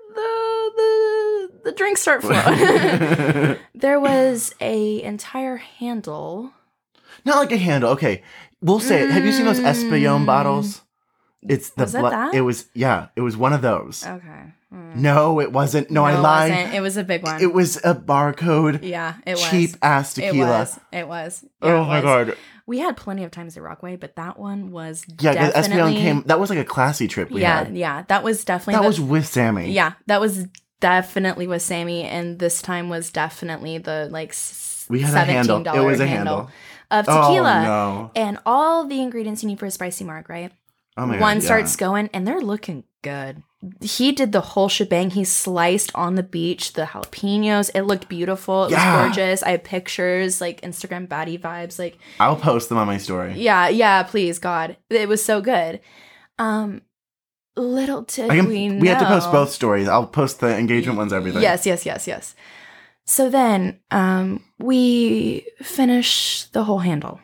[SPEAKER 2] Mm, The, the, the drinks
[SPEAKER 1] [LAUGHS]
[SPEAKER 2] start flowing. [LAUGHS] there was a entire handle.
[SPEAKER 1] Not like a handle. Okay, we'll say it. Have you seen those Espillon
[SPEAKER 2] Mm.
[SPEAKER 1] bottles? It's the
[SPEAKER 2] Was that
[SPEAKER 1] bla-
[SPEAKER 2] that?
[SPEAKER 1] It was yeah. It was one of those.
[SPEAKER 2] Okay. Mm.
[SPEAKER 1] No, it wasn't. No, I
[SPEAKER 2] it
[SPEAKER 1] lied.
[SPEAKER 2] wasn't. It was a big one.
[SPEAKER 1] It was a barcode.
[SPEAKER 2] yeah, it was.
[SPEAKER 1] cheap ass
[SPEAKER 2] It
[SPEAKER 1] tequila.
[SPEAKER 2] was. It was. Yeah,
[SPEAKER 1] oh
[SPEAKER 2] it
[SPEAKER 1] my
[SPEAKER 2] was.
[SPEAKER 1] god.
[SPEAKER 2] We had plenty of times at Rockaway, but that one was
[SPEAKER 1] Yeah, because Espillon
[SPEAKER 2] definitely.
[SPEAKER 1] came. That was like a classy trip we
[SPEAKER 2] yeah,
[SPEAKER 1] had.
[SPEAKER 2] yeah, that was definitely
[SPEAKER 1] That
[SPEAKER 2] the-
[SPEAKER 1] was with Sammy.
[SPEAKER 2] Yeah, that was definitely with Sammy, and this time was definitely the like s-
[SPEAKER 1] We had a handle.
[SPEAKER 2] seventeen
[SPEAKER 1] It
[SPEAKER 2] dollar
[SPEAKER 1] was a handle.
[SPEAKER 2] handle, of
[SPEAKER 1] Oh
[SPEAKER 2] tequila
[SPEAKER 1] no.
[SPEAKER 2] and all the ingredients you need for a spicy marg. Right,
[SPEAKER 1] Oh my
[SPEAKER 2] One
[SPEAKER 1] god. yeah.
[SPEAKER 2] starts going, and they're looking good. He did the whole shebang. He sliced on the beach the jalapenos. It looked beautiful. It
[SPEAKER 1] Yeah.
[SPEAKER 2] was gorgeous. I have pictures, like Instagram baddie vibes. Like
[SPEAKER 1] I'll post them on my story.
[SPEAKER 2] yeah, yeah. Please, God, it was so good. Um, little did
[SPEAKER 1] I can,
[SPEAKER 2] we
[SPEAKER 1] we,
[SPEAKER 2] know.
[SPEAKER 1] have to post both stories. I'll post the engagement ones, everything. [LAUGHS]
[SPEAKER 2] Yes, yes, yes, yes. So then um, we finish the whole handle.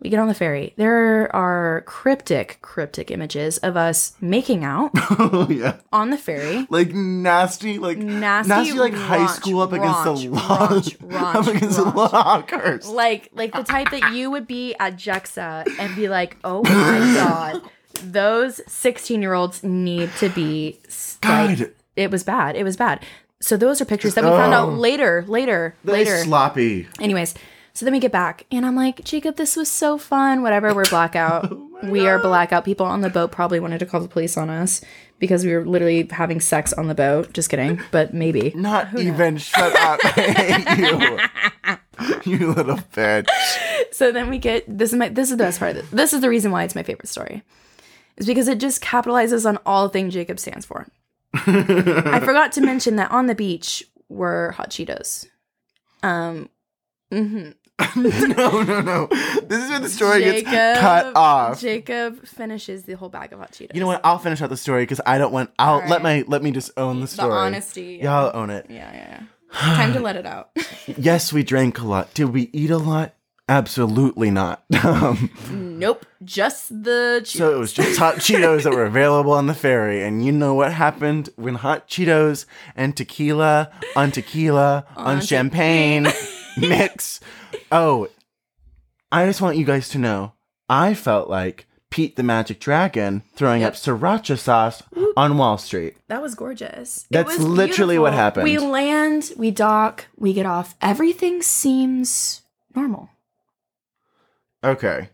[SPEAKER 2] We get on the ferry. There are cryptic, cryptic images of us making
[SPEAKER 1] [LAUGHS]
[SPEAKER 2] out
[SPEAKER 3] oh yeah,
[SPEAKER 2] on the ferry.
[SPEAKER 3] like nasty, like
[SPEAKER 2] Nasty,
[SPEAKER 3] nasty, like high
[SPEAKER 2] raunch,
[SPEAKER 3] school up against the
[SPEAKER 2] raunch,
[SPEAKER 3] lock,
[SPEAKER 2] raunch,
[SPEAKER 1] [LAUGHS]
[SPEAKER 2] raunch,
[SPEAKER 3] up against
[SPEAKER 2] raunch.
[SPEAKER 3] the lockers.
[SPEAKER 2] like like the type that you would be at Jexa and be like, oh my god, those sixteen year olds need to be. s- like-
[SPEAKER 3] God.
[SPEAKER 2] it was bad. It was bad. So those are pictures that we found
[SPEAKER 1] Oh.
[SPEAKER 2] out later, later, later.
[SPEAKER 1] sloppy.
[SPEAKER 2] Anyways, so then we get back and I'm like, Jacob, this was so fun. Whatever, we're blackout. we are blackout. People on the boat probably wanted to call the police on us because we were literally having sex on the boat. Just kidding, but maybe.
[SPEAKER 3] Not even shut
[SPEAKER 2] [LAUGHS]
[SPEAKER 1] [LAUGHS]
[SPEAKER 3] up. I hate you. you little bitch.
[SPEAKER 1] [LAUGHS]
[SPEAKER 2] so then we get this is my this is the best part of this. This is the reason why it's my favorite story. Is because it just capitalizes on all thing Jacob stands for. I forgot to mention that on the beach were hot Cheetos. Um mhm.
[SPEAKER 3] no, no, no. This is where the story
[SPEAKER 2] Jacob
[SPEAKER 3] gets cut off.
[SPEAKER 2] Jacob finishes the whole bag of hot Cheetos.
[SPEAKER 1] You know what? I'll finish out the story because I don't want. I'll
[SPEAKER 2] All
[SPEAKER 1] let my
[SPEAKER 2] right.
[SPEAKER 1] let me just own the
[SPEAKER 2] The
[SPEAKER 1] story.
[SPEAKER 2] honesty.
[SPEAKER 1] Y'all own it.
[SPEAKER 2] Yeah, yeah, yeah. Time to let it out. [LAUGHS]
[SPEAKER 1] Yes, we drank a lot. Did we eat a lot? Absolutely not. [LAUGHS] Um,
[SPEAKER 2] nope. Just the Cheetos.
[SPEAKER 1] so it was just hot Cheetos that were available on the ferry, and you know what happened when hot Cheetos and tequila on tequila on,
[SPEAKER 2] On
[SPEAKER 1] champagne
[SPEAKER 2] [LAUGHS]
[SPEAKER 1] mix. Oh, I just want you guys to know. I felt like Pete the Magic Dragon throwing
[SPEAKER 2] Yep.
[SPEAKER 1] up sriracha sauce on Wall Street.
[SPEAKER 2] That was gorgeous. It
[SPEAKER 1] That's
[SPEAKER 2] was
[SPEAKER 1] literally what happened.
[SPEAKER 2] We land, we dock, we get off. Everything seems normal.
[SPEAKER 1] Okay.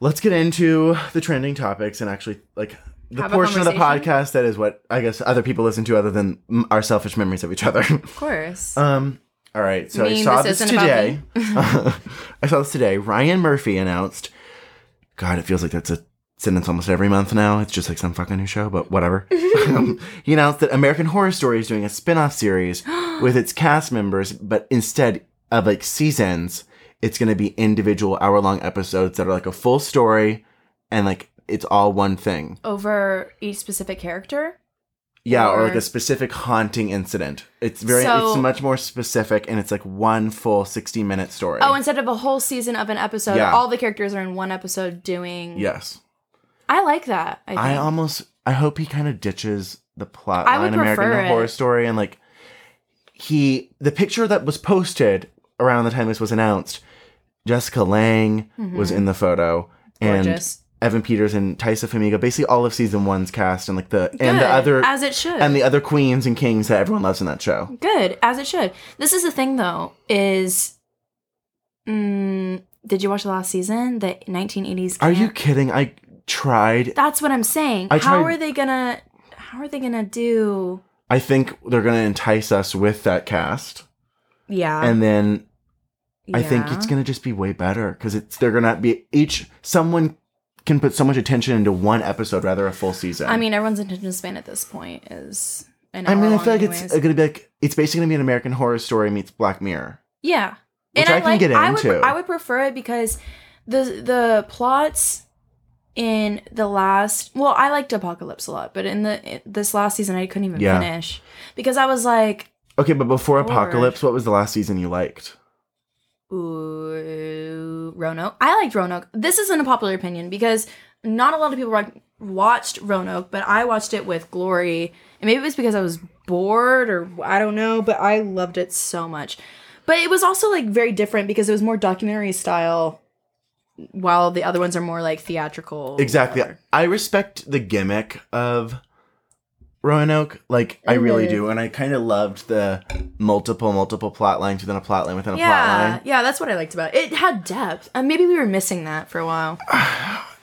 [SPEAKER 1] Let's get into the trending topics and actually like the
[SPEAKER 2] Have a
[SPEAKER 1] portion of the
[SPEAKER 2] conversation?
[SPEAKER 1] podcast that is what I guess other people listen to other than mm, our selfish memories of each other. [LAUGHS]
[SPEAKER 2] Of course.
[SPEAKER 1] um all right, so I
[SPEAKER 2] Mean,
[SPEAKER 1] saw
[SPEAKER 2] this
[SPEAKER 1] this
[SPEAKER 2] isn't about
[SPEAKER 1] today. [LAUGHS] I saw this today. Ryan Murphy announced God, it feels like that's a sentence almost every month now. It's just like some fucking new show, but
[SPEAKER 2] [LAUGHS]
[SPEAKER 1] whatever. um, he announced that American Horror Story is doing a spin-off
[SPEAKER 2] [GASPS]
[SPEAKER 1] series Um, with its cast members, but instead of like seasons, it's going to be individual hour-long episodes that are like a full story and like it's all one thing.
[SPEAKER 2] Over each specific character.
[SPEAKER 1] Yeah, or,
[SPEAKER 2] Or-
[SPEAKER 1] like a specific haunting incident. It's very
[SPEAKER 2] So-
[SPEAKER 1] it's much more specific and it's like one full 60-minute story.
[SPEAKER 2] Oh, instead of a whole season of an episode,
[SPEAKER 1] Yeah.
[SPEAKER 2] all the characters are in one episode doing.
[SPEAKER 1] yes.
[SPEAKER 2] I like that. I, think.
[SPEAKER 1] I almost I hope he kind of ditches the plot
[SPEAKER 2] I
[SPEAKER 1] line
[SPEAKER 2] would
[SPEAKER 1] American
[SPEAKER 2] prefer
[SPEAKER 1] Horror
[SPEAKER 2] it.
[SPEAKER 1] Story and like he the picture that was posted around the time this was announced, Jessica Lang was in the photo
[SPEAKER 2] Mm-hmm. Gorgeous.
[SPEAKER 1] and Evan Peters and Tysa Famiga, basically all of season one's cast and like the and the
[SPEAKER 2] Good,
[SPEAKER 1] other
[SPEAKER 2] as it should.
[SPEAKER 1] and the other queens and kings that everyone loves in that show.
[SPEAKER 2] Good, as it should. This is the thing, though, is. Mm, did you watch the last season? The 1980s.
[SPEAKER 1] Are you
[SPEAKER 2] camp?
[SPEAKER 1] kidding? I tried.
[SPEAKER 2] That's what I'm saying.
[SPEAKER 1] I
[SPEAKER 2] how
[SPEAKER 1] tried-
[SPEAKER 2] are they gonna? How are they gonna do?
[SPEAKER 1] I think they're gonna entice us with that cast,
[SPEAKER 2] Yeah.
[SPEAKER 1] and then I think
[SPEAKER 2] Ah, yeah.
[SPEAKER 1] it's gonna just be way better because it's they're gonna be each someone can put so much attention into one episode rather a full season.
[SPEAKER 2] I mean, everyone's attention span at this point is. An
[SPEAKER 1] I mean, I
[SPEAKER 2] hour
[SPEAKER 1] feel
[SPEAKER 2] long
[SPEAKER 1] like it's
[SPEAKER 2] anyways.
[SPEAKER 1] gonna be like it's basically gonna be an American Horror Story meets Black Mirror.
[SPEAKER 2] yeah,
[SPEAKER 1] Which I can get
[SPEAKER 2] Would,
[SPEAKER 1] into.
[SPEAKER 2] I would prefer it because the the plots in the last well, I liked Apocalypse a lot, but in the this last season, I couldn't even
[SPEAKER 1] Yeah.
[SPEAKER 2] finish because I was like,
[SPEAKER 1] Okay, but before
[SPEAKER 2] Horror.
[SPEAKER 1] Apocalypse, what was the last season you liked?
[SPEAKER 2] Ooh, Roanoke. I liked Roanoke. This isn't a popular opinion because not a lot of people wa- watched Roanoke, but I watched it with glory. And maybe it was because I was bored or I don't know, but I loved it so much. But it was also like very different because it was more documentary style while the other ones are more like theatrical.
[SPEAKER 1] Exactly.
[SPEAKER 2] whatever.
[SPEAKER 1] I respect the gimmick of Roanoke, like I really
[SPEAKER 2] Mhm.
[SPEAKER 1] do, and I kind of loved the multiple, multiple plot lines within a plot line within a plot
[SPEAKER 2] Yeah,
[SPEAKER 1] line.
[SPEAKER 2] yeah, that's what I liked about it. It had depth. And maybe we were missing that for a while.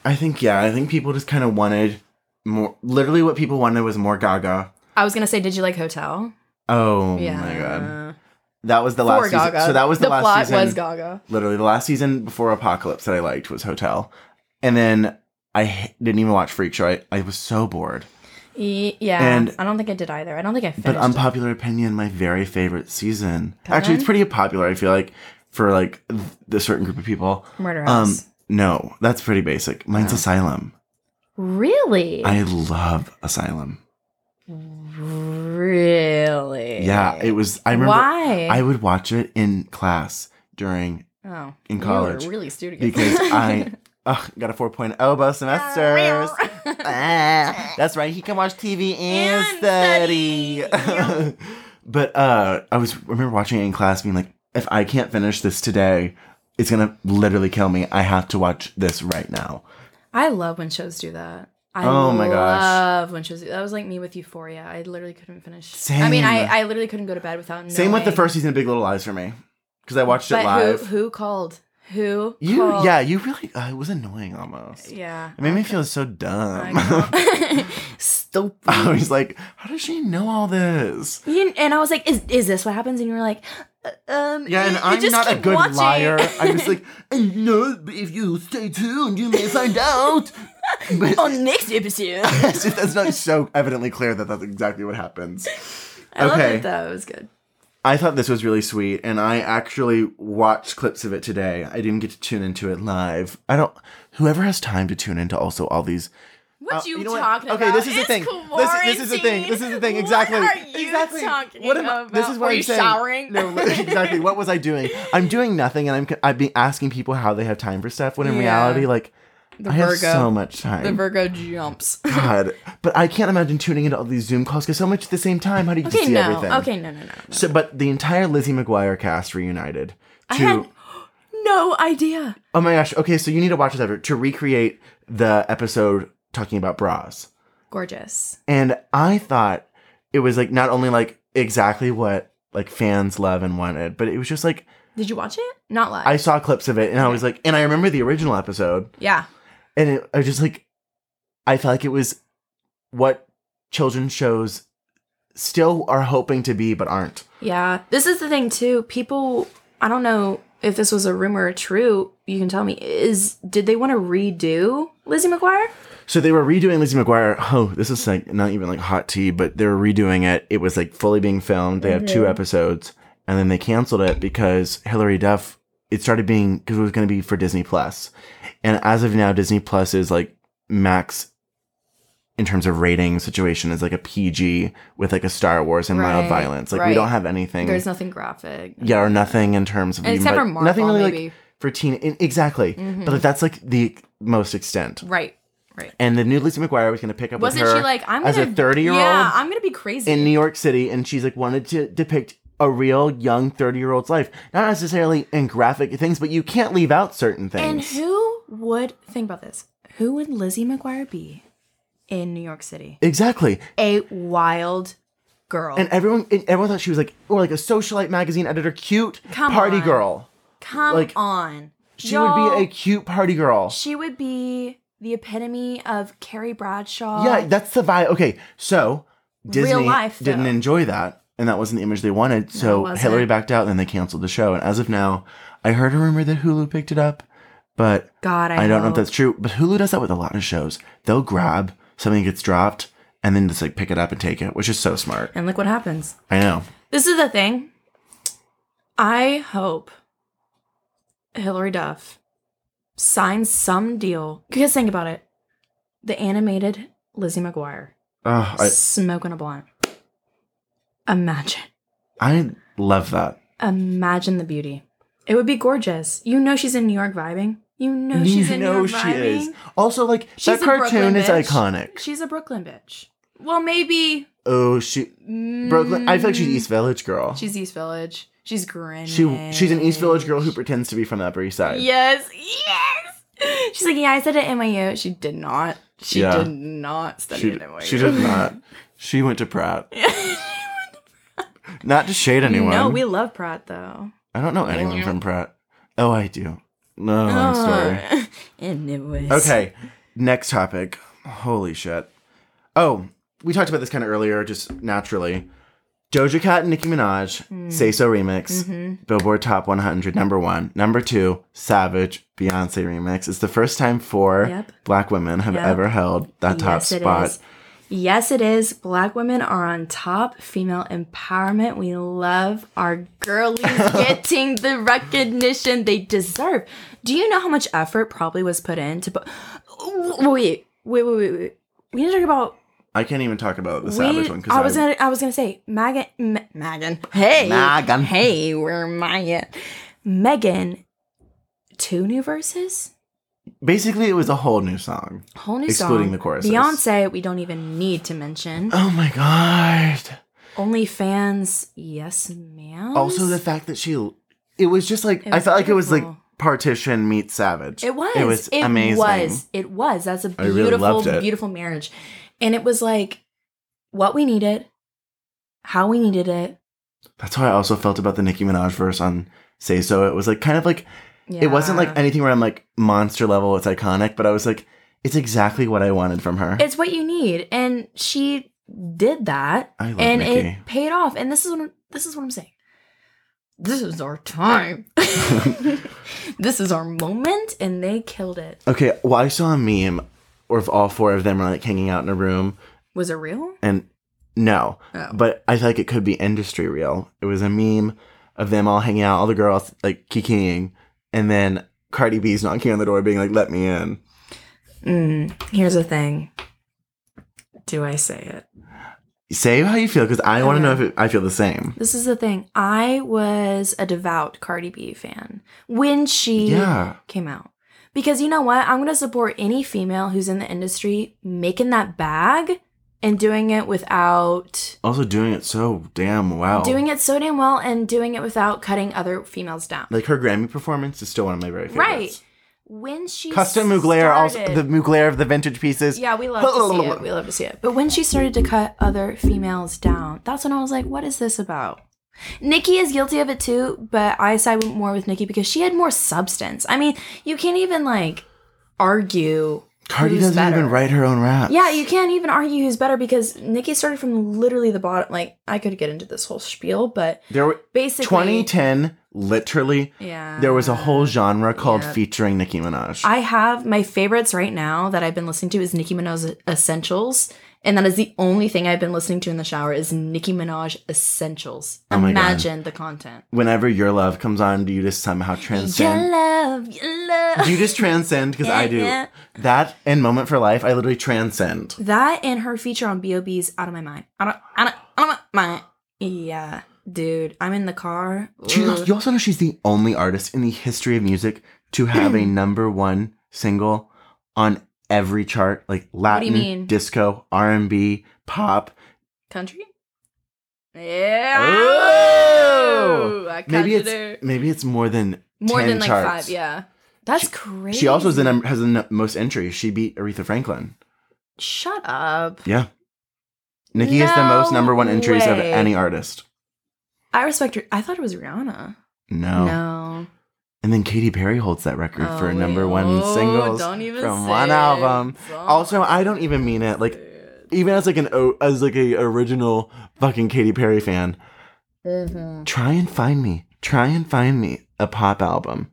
[SPEAKER 1] I think yeah, I think people just kind of wanted more. Literally, what people wanted was more Gaga.
[SPEAKER 2] I was gonna say, did you like Hotel?
[SPEAKER 1] Oh
[SPEAKER 2] Yeah.
[SPEAKER 1] my god, that was the
[SPEAKER 2] For
[SPEAKER 1] last
[SPEAKER 2] Gaga.
[SPEAKER 1] season. So that was the, last
[SPEAKER 2] plot
[SPEAKER 1] season.
[SPEAKER 2] was Gaga.
[SPEAKER 1] literally, the last season before Apocalypse that I liked was Hotel, and then I h- didn't even watch Freak Show. I, I was so bored.
[SPEAKER 2] Y- Yeah,
[SPEAKER 1] And-
[SPEAKER 2] I don't think I did either. I don't think I finished.
[SPEAKER 1] But
[SPEAKER 2] it.
[SPEAKER 1] unpopular opinion, my very favorite season.
[SPEAKER 2] Come
[SPEAKER 1] Actually, it's
[SPEAKER 2] on.
[SPEAKER 1] pretty popular. I feel like for like th- the certain group of people.
[SPEAKER 2] Murder
[SPEAKER 1] Um,
[SPEAKER 2] House.
[SPEAKER 1] no, that's pretty basic. Mine's
[SPEAKER 2] Oh.
[SPEAKER 1] Asylum.
[SPEAKER 2] really?
[SPEAKER 1] I love Asylum.
[SPEAKER 2] really?
[SPEAKER 1] Yeah, it was. I remember.
[SPEAKER 2] Why?
[SPEAKER 1] I would watch it in class during
[SPEAKER 2] Oh,
[SPEAKER 1] in college
[SPEAKER 2] You were really studious.
[SPEAKER 1] because
[SPEAKER 2] [LAUGHS]
[SPEAKER 1] I uh, got a 4.0 both semesters. Ah, [LAUGHS] that's right. He can watch TV and,
[SPEAKER 2] And
[SPEAKER 1] study. [LAUGHS] but uh, I was remember watching it in class, being like, if I can't finish this today, it's gonna literally kill me. I have to watch this right now.
[SPEAKER 2] I love when shows do that. I
[SPEAKER 1] Oh my gosh.
[SPEAKER 2] love when shows do that. was like me with Euphoria. I literally couldn't finish. I
[SPEAKER 1] Same.
[SPEAKER 2] mean, I, I literally couldn't go to bed without knowing.
[SPEAKER 1] Same with the first season of Big Little Lies for me because I watched
[SPEAKER 2] But
[SPEAKER 1] it live.
[SPEAKER 2] Who, who called? Who?
[SPEAKER 1] you
[SPEAKER 2] called?
[SPEAKER 1] yeah, you really. Uh, it was annoying almost.
[SPEAKER 2] Yeah.
[SPEAKER 1] It made me feel so dumb. [LAUGHS]
[SPEAKER 2] I know. Stupid.
[SPEAKER 1] I was like, how does she know all this?
[SPEAKER 2] You- and I was like, is, is this what happens? And you were like, uh, um,
[SPEAKER 1] Yeah, and
[SPEAKER 2] you
[SPEAKER 1] I'm
[SPEAKER 2] just
[SPEAKER 1] not a
[SPEAKER 2] keep
[SPEAKER 1] good [LAUGHS]
[SPEAKER 2] watching. [LAUGHS]
[SPEAKER 1] liar. I'm just like, I know, but if you stay tuned, you may find out. But
[SPEAKER 2] on next episode.
[SPEAKER 1] it's just- [LAUGHS] that's not so evidently clear that that's exactly what happens.
[SPEAKER 2] I loved
[SPEAKER 1] Okay.
[SPEAKER 2] it though. It was good.
[SPEAKER 1] I thought this was really sweet, and I actually watched clips of it today. I didn't get to tune into it live. I don't. Whoever has time to tune into also all these
[SPEAKER 2] What
[SPEAKER 1] Uh,
[SPEAKER 2] you,
[SPEAKER 1] you know what?
[SPEAKER 2] talking
[SPEAKER 1] Okay,
[SPEAKER 2] about?
[SPEAKER 1] this is the
[SPEAKER 2] It's
[SPEAKER 1] thing. Listen, this is the thing. This is the thing.
[SPEAKER 2] quarantine.
[SPEAKER 1] Exactly.
[SPEAKER 2] What are you
[SPEAKER 1] exactly.
[SPEAKER 2] talking
[SPEAKER 1] What am I-
[SPEAKER 2] about?
[SPEAKER 1] This is what
[SPEAKER 2] Were
[SPEAKER 1] I'm
[SPEAKER 2] you
[SPEAKER 1] saying.
[SPEAKER 2] showering? [LAUGHS]
[SPEAKER 1] No, li- exactly. What was I doing? I'm doing nothing, and I'm c- I've been asking people how they have time for stuff. When in
[SPEAKER 2] Yeah.
[SPEAKER 1] reality, like
[SPEAKER 2] The
[SPEAKER 1] I
[SPEAKER 2] Virgo.
[SPEAKER 1] have so much
[SPEAKER 2] the
[SPEAKER 1] time.
[SPEAKER 2] Virgo
[SPEAKER 1] [LAUGHS]
[SPEAKER 2] jumps.
[SPEAKER 1] God, but I can't imagine tuning into all these Zoom calls because so much at the same time. How do you
[SPEAKER 2] Okay,
[SPEAKER 1] see
[SPEAKER 2] no.
[SPEAKER 1] everything?
[SPEAKER 2] Okay, no, no, no. no.
[SPEAKER 1] So, but the entire Lizzie McGuire cast reunited. To
[SPEAKER 2] I had no idea.
[SPEAKER 1] oh my gosh. Okay, so you need to watch this episode to recreate the episode talking about bras.
[SPEAKER 2] Gorgeous.
[SPEAKER 1] and i thought it was like not only like exactly what like fans love and wanted but it was just like
[SPEAKER 2] Did you watch it? Not live.
[SPEAKER 1] i saw clips of it and i was like and i remember the original episode
[SPEAKER 2] yeah.
[SPEAKER 1] and it, i was just like i felt like it was what children's shows still are hoping to be but aren't
[SPEAKER 2] Yeah. This is the thing too. People I don't know if this was a rumor or true, you can tell me, is did they want to redo Lizzie McGuire?
[SPEAKER 1] so they were redoing lizzie mcguire oh this is like not even like hot tea but they were redoing it it was like fully being filmed they have two
[SPEAKER 2] Mm-hmm.
[SPEAKER 1] episodes and then they canceled it because hillary duff it started being because it was going to be for disney plus and as of now disney plus is like max in terms of rating situation is like a pg with like a star wars and mild
[SPEAKER 2] Right,
[SPEAKER 1] violence like we
[SPEAKER 2] right.
[SPEAKER 1] don't have anything
[SPEAKER 2] There's nothing graphic.
[SPEAKER 1] yeah or nothing in terms of
[SPEAKER 2] And
[SPEAKER 1] even,
[SPEAKER 2] except
[SPEAKER 1] like-
[SPEAKER 2] for Marvel,
[SPEAKER 1] nothing really
[SPEAKER 2] maybe. Mm-hmm.
[SPEAKER 1] like for teen in, exactly but like, that's like the most extent
[SPEAKER 2] Right. Right.
[SPEAKER 1] and the new Lizzie McGuire was going to pick up
[SPEAKER 2] Wasn't
[SPEAKER 1] with her
[SPEAKER 2] she like I'm
[SPEAKER 1] as
[SPEAKER 2] gonna,
[SPEAKER 1] a 30 year
[SPEAKER 2] Yeah,
[SPEAKER 1] old
[SPEAKER 2] I'm gonna be crazy.
[SPEAKER 1] in New York City, and she's like wanted to depict a real young 30 year old's life, not necessarily in graphic things, but you can't leave out certain
[SPEAKER 2] And
[SPEAKER 1] things.
[SPEAKER 2] who would think about this? Who would Lizzie McGuire be in New York City?
[SPEAKER 1] exactly,
[SPEAKER 2] A wild girl.
[SPEAKER 1] and everyone and everyone thought she was like or like a socialite magazine editor, cute
[SPEAKER 2] Come
[SPEAKER 1] party
[SPEAKER 2] on.
[SPEAKER 1] girl.
[SPEAKER 2] Come
[SPEAKER 1] like,
[SPEAKER 2] on.
[SPEAKER 1] She would be a
[SPEAKER 2] Y'all,
[SPEAKER 1] cute party girl.
[SPEAKER 2] She would be the epitome of Carrie Bradshaw.
[SPEAKER 1] Yeah, that's the vibe. Okay, so Disney
[SPEAKER 2] life, though.
[SPEAKER 1] didn't enjoy that, and that wasn't the image they wanted. So
[SPEAKER 2] wasn't.
[SPEAKER 1] Hillary backed out, and they canceled the show. And as of now, I heard a rumor that Hulu picked it up, but
[SPEAKER 2] God, I,
[SPEAKER 1] I, don't know if
[SPEAKER 2] hope.
[SPEAKER 1] that's true. But Hulu does that with a lot of shows. They'll grab something that gets dropped and then just like pick it up and take it, which is so smart.
[SPEAKER 2] And look what happens.
[SPEAKER 1] I know.
[SPEAKER 2] This is the thing. I hope Hillary Duff signs some deal. Because think about it. The animated Lizzie McGuire
[SPEAKER 1] Oh, I
[SPEAKER 2] smoking a blunt. Imagine.
[SPEAKER 1] I love that.
[SPEAKER 2] Imagine the beauty. It would be gorgeous. You know she's in New York vibing. You know she's in New York vibing.
[SPEAKER 1] Also, like
[SPEAKER 2] She's
[SPEAKER 1] that
[SPEAKER 2] a
[SPEAKER 1] cartoon
[SPEAKER 2] Brooklyn
[SPEAKER 1] is
[SPEAKER 2] bitch.
[SPEAKER 1] iconic.
[SPEAKER 2] She's a Brooklyn bitch. Well, maybe
[SPEAKER 1] Oh, she Brooklyn. I feel like she's East Village girl.
[SPEAKER 2] Mm. she's East Village. She's grinning.
[SPEAKER 1] She she's an East Village girl who pretends to be from the Upper East Side.
[SPEAKER 2] Yes, yes. She's like, yeah, I said it at NYU. She did not. She
[SPEAKER 1] Yeah.
[SPEAKER 2] did not study
[SPEAKER 1] she,
[SPEAKER 2] at NYU.
[SPEAKER 1] she did
[SPEAKER 2] [LAUGHS]
[SPEAKER 1] not. She went to Pratt. Not to shade anyone.
[SPEAKER 2] No, we love Pratt though.
[SPEAKER 1] I don't know anyone from Pratt. Oh, I do. No, long story.
[SPEAKER 2] Uh, [LAUGHS] anyways.
[SPEAKER 1] Okay, next topic. Holy shit. Oh, we talked about this kind of earlier, just naturally. Doja Cat and Nicki Minaj,
[SPEAKER 2] Hmm.
[SPEAKER 1] Say So remix,
[SPEAKER 2] Mm-hmm.
[SPEAKER 1] Billboard Top 100, number one. Number two, Savage, Beyonce remix. It's the first time four
[SPEAKER 2] Yep.
[SPEAKER 1] black women have
[SPEAKER 2] Yep.
[SPEAKER 1] ever held that top
[SPEAKER 2] yes, it is.
[SPEAKER 1] spot.
[SPEAKER 2] Yes, it is. Black women are on top. Female empowerment. We love our
[SPEAKER 1] [LAUGHS]
[SPEAKER 2] girlies getting the recognition they deserve. Do you know how much effort probably was put in to? put wait, wait, wait, wait, wait. We need to talk about.
[SPEAKER 1] I can't even talk about the
[SPEAKER 2] We,
[SPEAKER 1] Savage one
[SPEAKER 2] I was
[SPEAKER 1] because I,
[SPEAKER 2] gonna. I was gonna say Megan. M- Megan. Hey,
[SPEAKER 1] Megan.
[SPEAKER 2] Hey, we're Megan. Megan two new verses?
[SPEAKER 1] Basically, it was a whole new song.
[SPEAKER 2] Whole new song.
[SPEAKER 1] Excluding the choruses.
[SPEAKER 2] Beyonce, we don't even need to mention.
[SPEAKER 1] Oh my god.
[SPEAKER 2] Only fans, yes, ma'am.
[SPEAKER 1] Also, the fact that she, it was just like,
[SPEAKER 2] It
[SPEAKER 1] I
[SPEAKER 2] was
[SPEAKER 1] felt like it was like
[SPEAKER 2] beautiful.
[SPEAKER 1] Partition meets Savage.
[SPEAKER 2] It was.
[SPEAKER 1] It was amazing.
[SPEAKER 2] Was. It was. That's a
[SPEAKER 1] I really
[SPEAKER 2] beautiful,
[SPEAKER 1] loved it.
[SPEAKER 2] beautiful marriage. And it was like what we needed, how we needed it.
[SPEAKER 1] That's how I also felt about the Nicki Minaj verse on Say So. It was like kind of like, it wasn't like
[SPEAKER 2] Yeah.
[SPEAKER 1] anything where I'm like monster level, it's iconic, but I was like, it's exactly what I wanted from her.
[SPEAKER 2] it's what you need, and she did that,
[SPEAKER 1] I love
[SPEAKER 2] and
[SPEAKER 1] Nicki.
[SPEAKER 2] it paid off. And this is what I'm, this is what I'm saying. This is
[SPEAKER 1] [LAUGHS]
[SPEAKER 2] our time. [LAUGHS] this is our moment, and they killed it.
[SPEAKER 1] Okay, well, I saw a meme where if all four of them were like hanging out in a room,
[SPEAKER 2] Was it real?
[SPEAKER 1] and no,
[SPEAKER 2] Oh.
[SPEAKER 1] but I feel like it could be industry real. It was a meme of them all hanging out, all the girls like kikiing, and then Cardi B's knocking on the door, being like, "Let me in."
[SPEAKER 2] Mm, here's the thing. Do I say it?
[SPEAKER 1] Say how you feel, because I want to
[SPEAKER 2] Uh-huh.
[SPEAKER 1] know if it, I feel the same.
[SPEAKER 2] This is the thing. I was a devout Cardi B fan when she
[SPEAKER 1] Yeah,
[SPEAKER 2] came out. Because you know what? I'm going to support any female who's in the industry making that bag and doing it without
[SPEAKER 1] also doing it so damn well.
[SPEAKER 2] doing it so damn well and doing it without cutting other females down.
[SPEAKER 1] like her Grammy performance is still one of my very favorites.
[SPEAKER 2] right. When she
[SPEAKER 1] Custom Mugler, also
[SPEAKER 2] started-
[SPEAKER 1] the Mugler of the vintage pieces.
[SPEAKER 2] Yeah, we love to see it. We love to see it. But when she started to cut other females down, that's when I was like, what is this about? Nikki is guilty of it too, but I side more with Nikki because she had more substance. I mean, you can't even like argue.
[SPEAKER 1] Cardi
[SPEAKER 2] who's
[SPEAKER 1] doesn't
[SPEAKER 2] better.
[SPEAKER 1] even write her own raps.
[SPEAKER 2] Yeah, you can't even argue who's better because Nikki started from literally the bottom. Like, I could get into this whole spiel, but
[SPEAKER 1] There were
[SPEAKER 2] basically.
[SPEAKER 1] 2010, literally,
[SPEAKER 2] Yeah.
[SPEAKER 1] there was a whole genre called
[SPEAKER 2] Yep.
[SPEAKER 1] featuring Nicki Minaj.
[SPEAKER 2] I have my favorites right now that I've been listening to is Nicki Minaj Essentials, and that is the only thing I've been listening to in the shower is Nicki Minaj Essentials.
[SPEAKER 1] Oh my God.
[SPEAKER 2] Imagine the content.
[SPEAKER 1] Whenever your love comes on, do you just somehow
[SPEAKER 2] Your
[SPEAKER 1] transcend?
[SPEAKER 2] love, your love.
[SPEAKER 1] Do you just transcend? Because I do.
[SPEAKER 2] Yeah, yeah.
[SPEAKER 1] That and Moment for Life, I literally transcend.
[SPEAKER 2] that and her feature on B.O.B.'s Out of My Mind. I don't, I don't, out of my mind. Yeah, dude, I'm in the car.
[SPEAKER 1] She,
[SPEAKER 2] Ugh.
[SPEAKER 1] you also know she's the only artist in the history of music to have
[SPEAKER 2] [CLEARS THROAT]
[SPEAKER 1] a number one single on every chart, like
[SPEAKER 2] do
[SPEAKER 1] Latin,
[SPEAKER 2] you mean?
[SPEAKER 1] disco, R and B, pop.
[SPEAKER 2] Country? Yeah.
[SPEAKER 1] Oh!
[SPEAKER 2] I
[SPEAKER 1] Maybe
[SPEAKER 2] conjured her.
[SPEAKER 1] it's maybe it's more than
[SPEAKER 2] more
[SPEAKER 1] 10
[SPEAKER 2] than like
[SPEAKER 1] charts.
[SPEAKER 2] five. Yeah. That's crazy.
[SPEAKER 1] She also is the num- has the n- most entries. She beat Aretha Franklin.
[SPEAKER 2] Shut up.
[SPEAKER 1] Yeah. Nikki has the
[SPEAKER 2] No
[SPEAKER 1] most number one entries of
[SPEAKER 2] way.
[SPEAKER 1] any artist.
[SPEAKER 2] I respect her. I thought it was Rihanna.
[SPEAKER 1] No.
[SPEAKER 2] No.
[SPEAKER 1] And then Katy Perry holds that record Oh, for
[SPEAKER 2] Oh,
[SPEAKER 1] number
[SPEAKER 2] wait.
[SPEAKER 1] one
[SPEAKER 2] Oh,
[SPEAKER 1] singles
[SPEAKER 2] don't even
[SPEAKER 1] from
[SPEAKER 2] say
[SPEAKER 1] one
[SPEAKER 2] it.
[SPEAKER 1] album.
[SPEAKER 2] Don't
[SPEAKER 1] Also, I don't even mean it. Like, even as like an o- as like a original fucking Katy Perry fan,
[SPEAKER 2] Mm-hmm.
[SPEAKER 1] try and find me, try and find me a pop album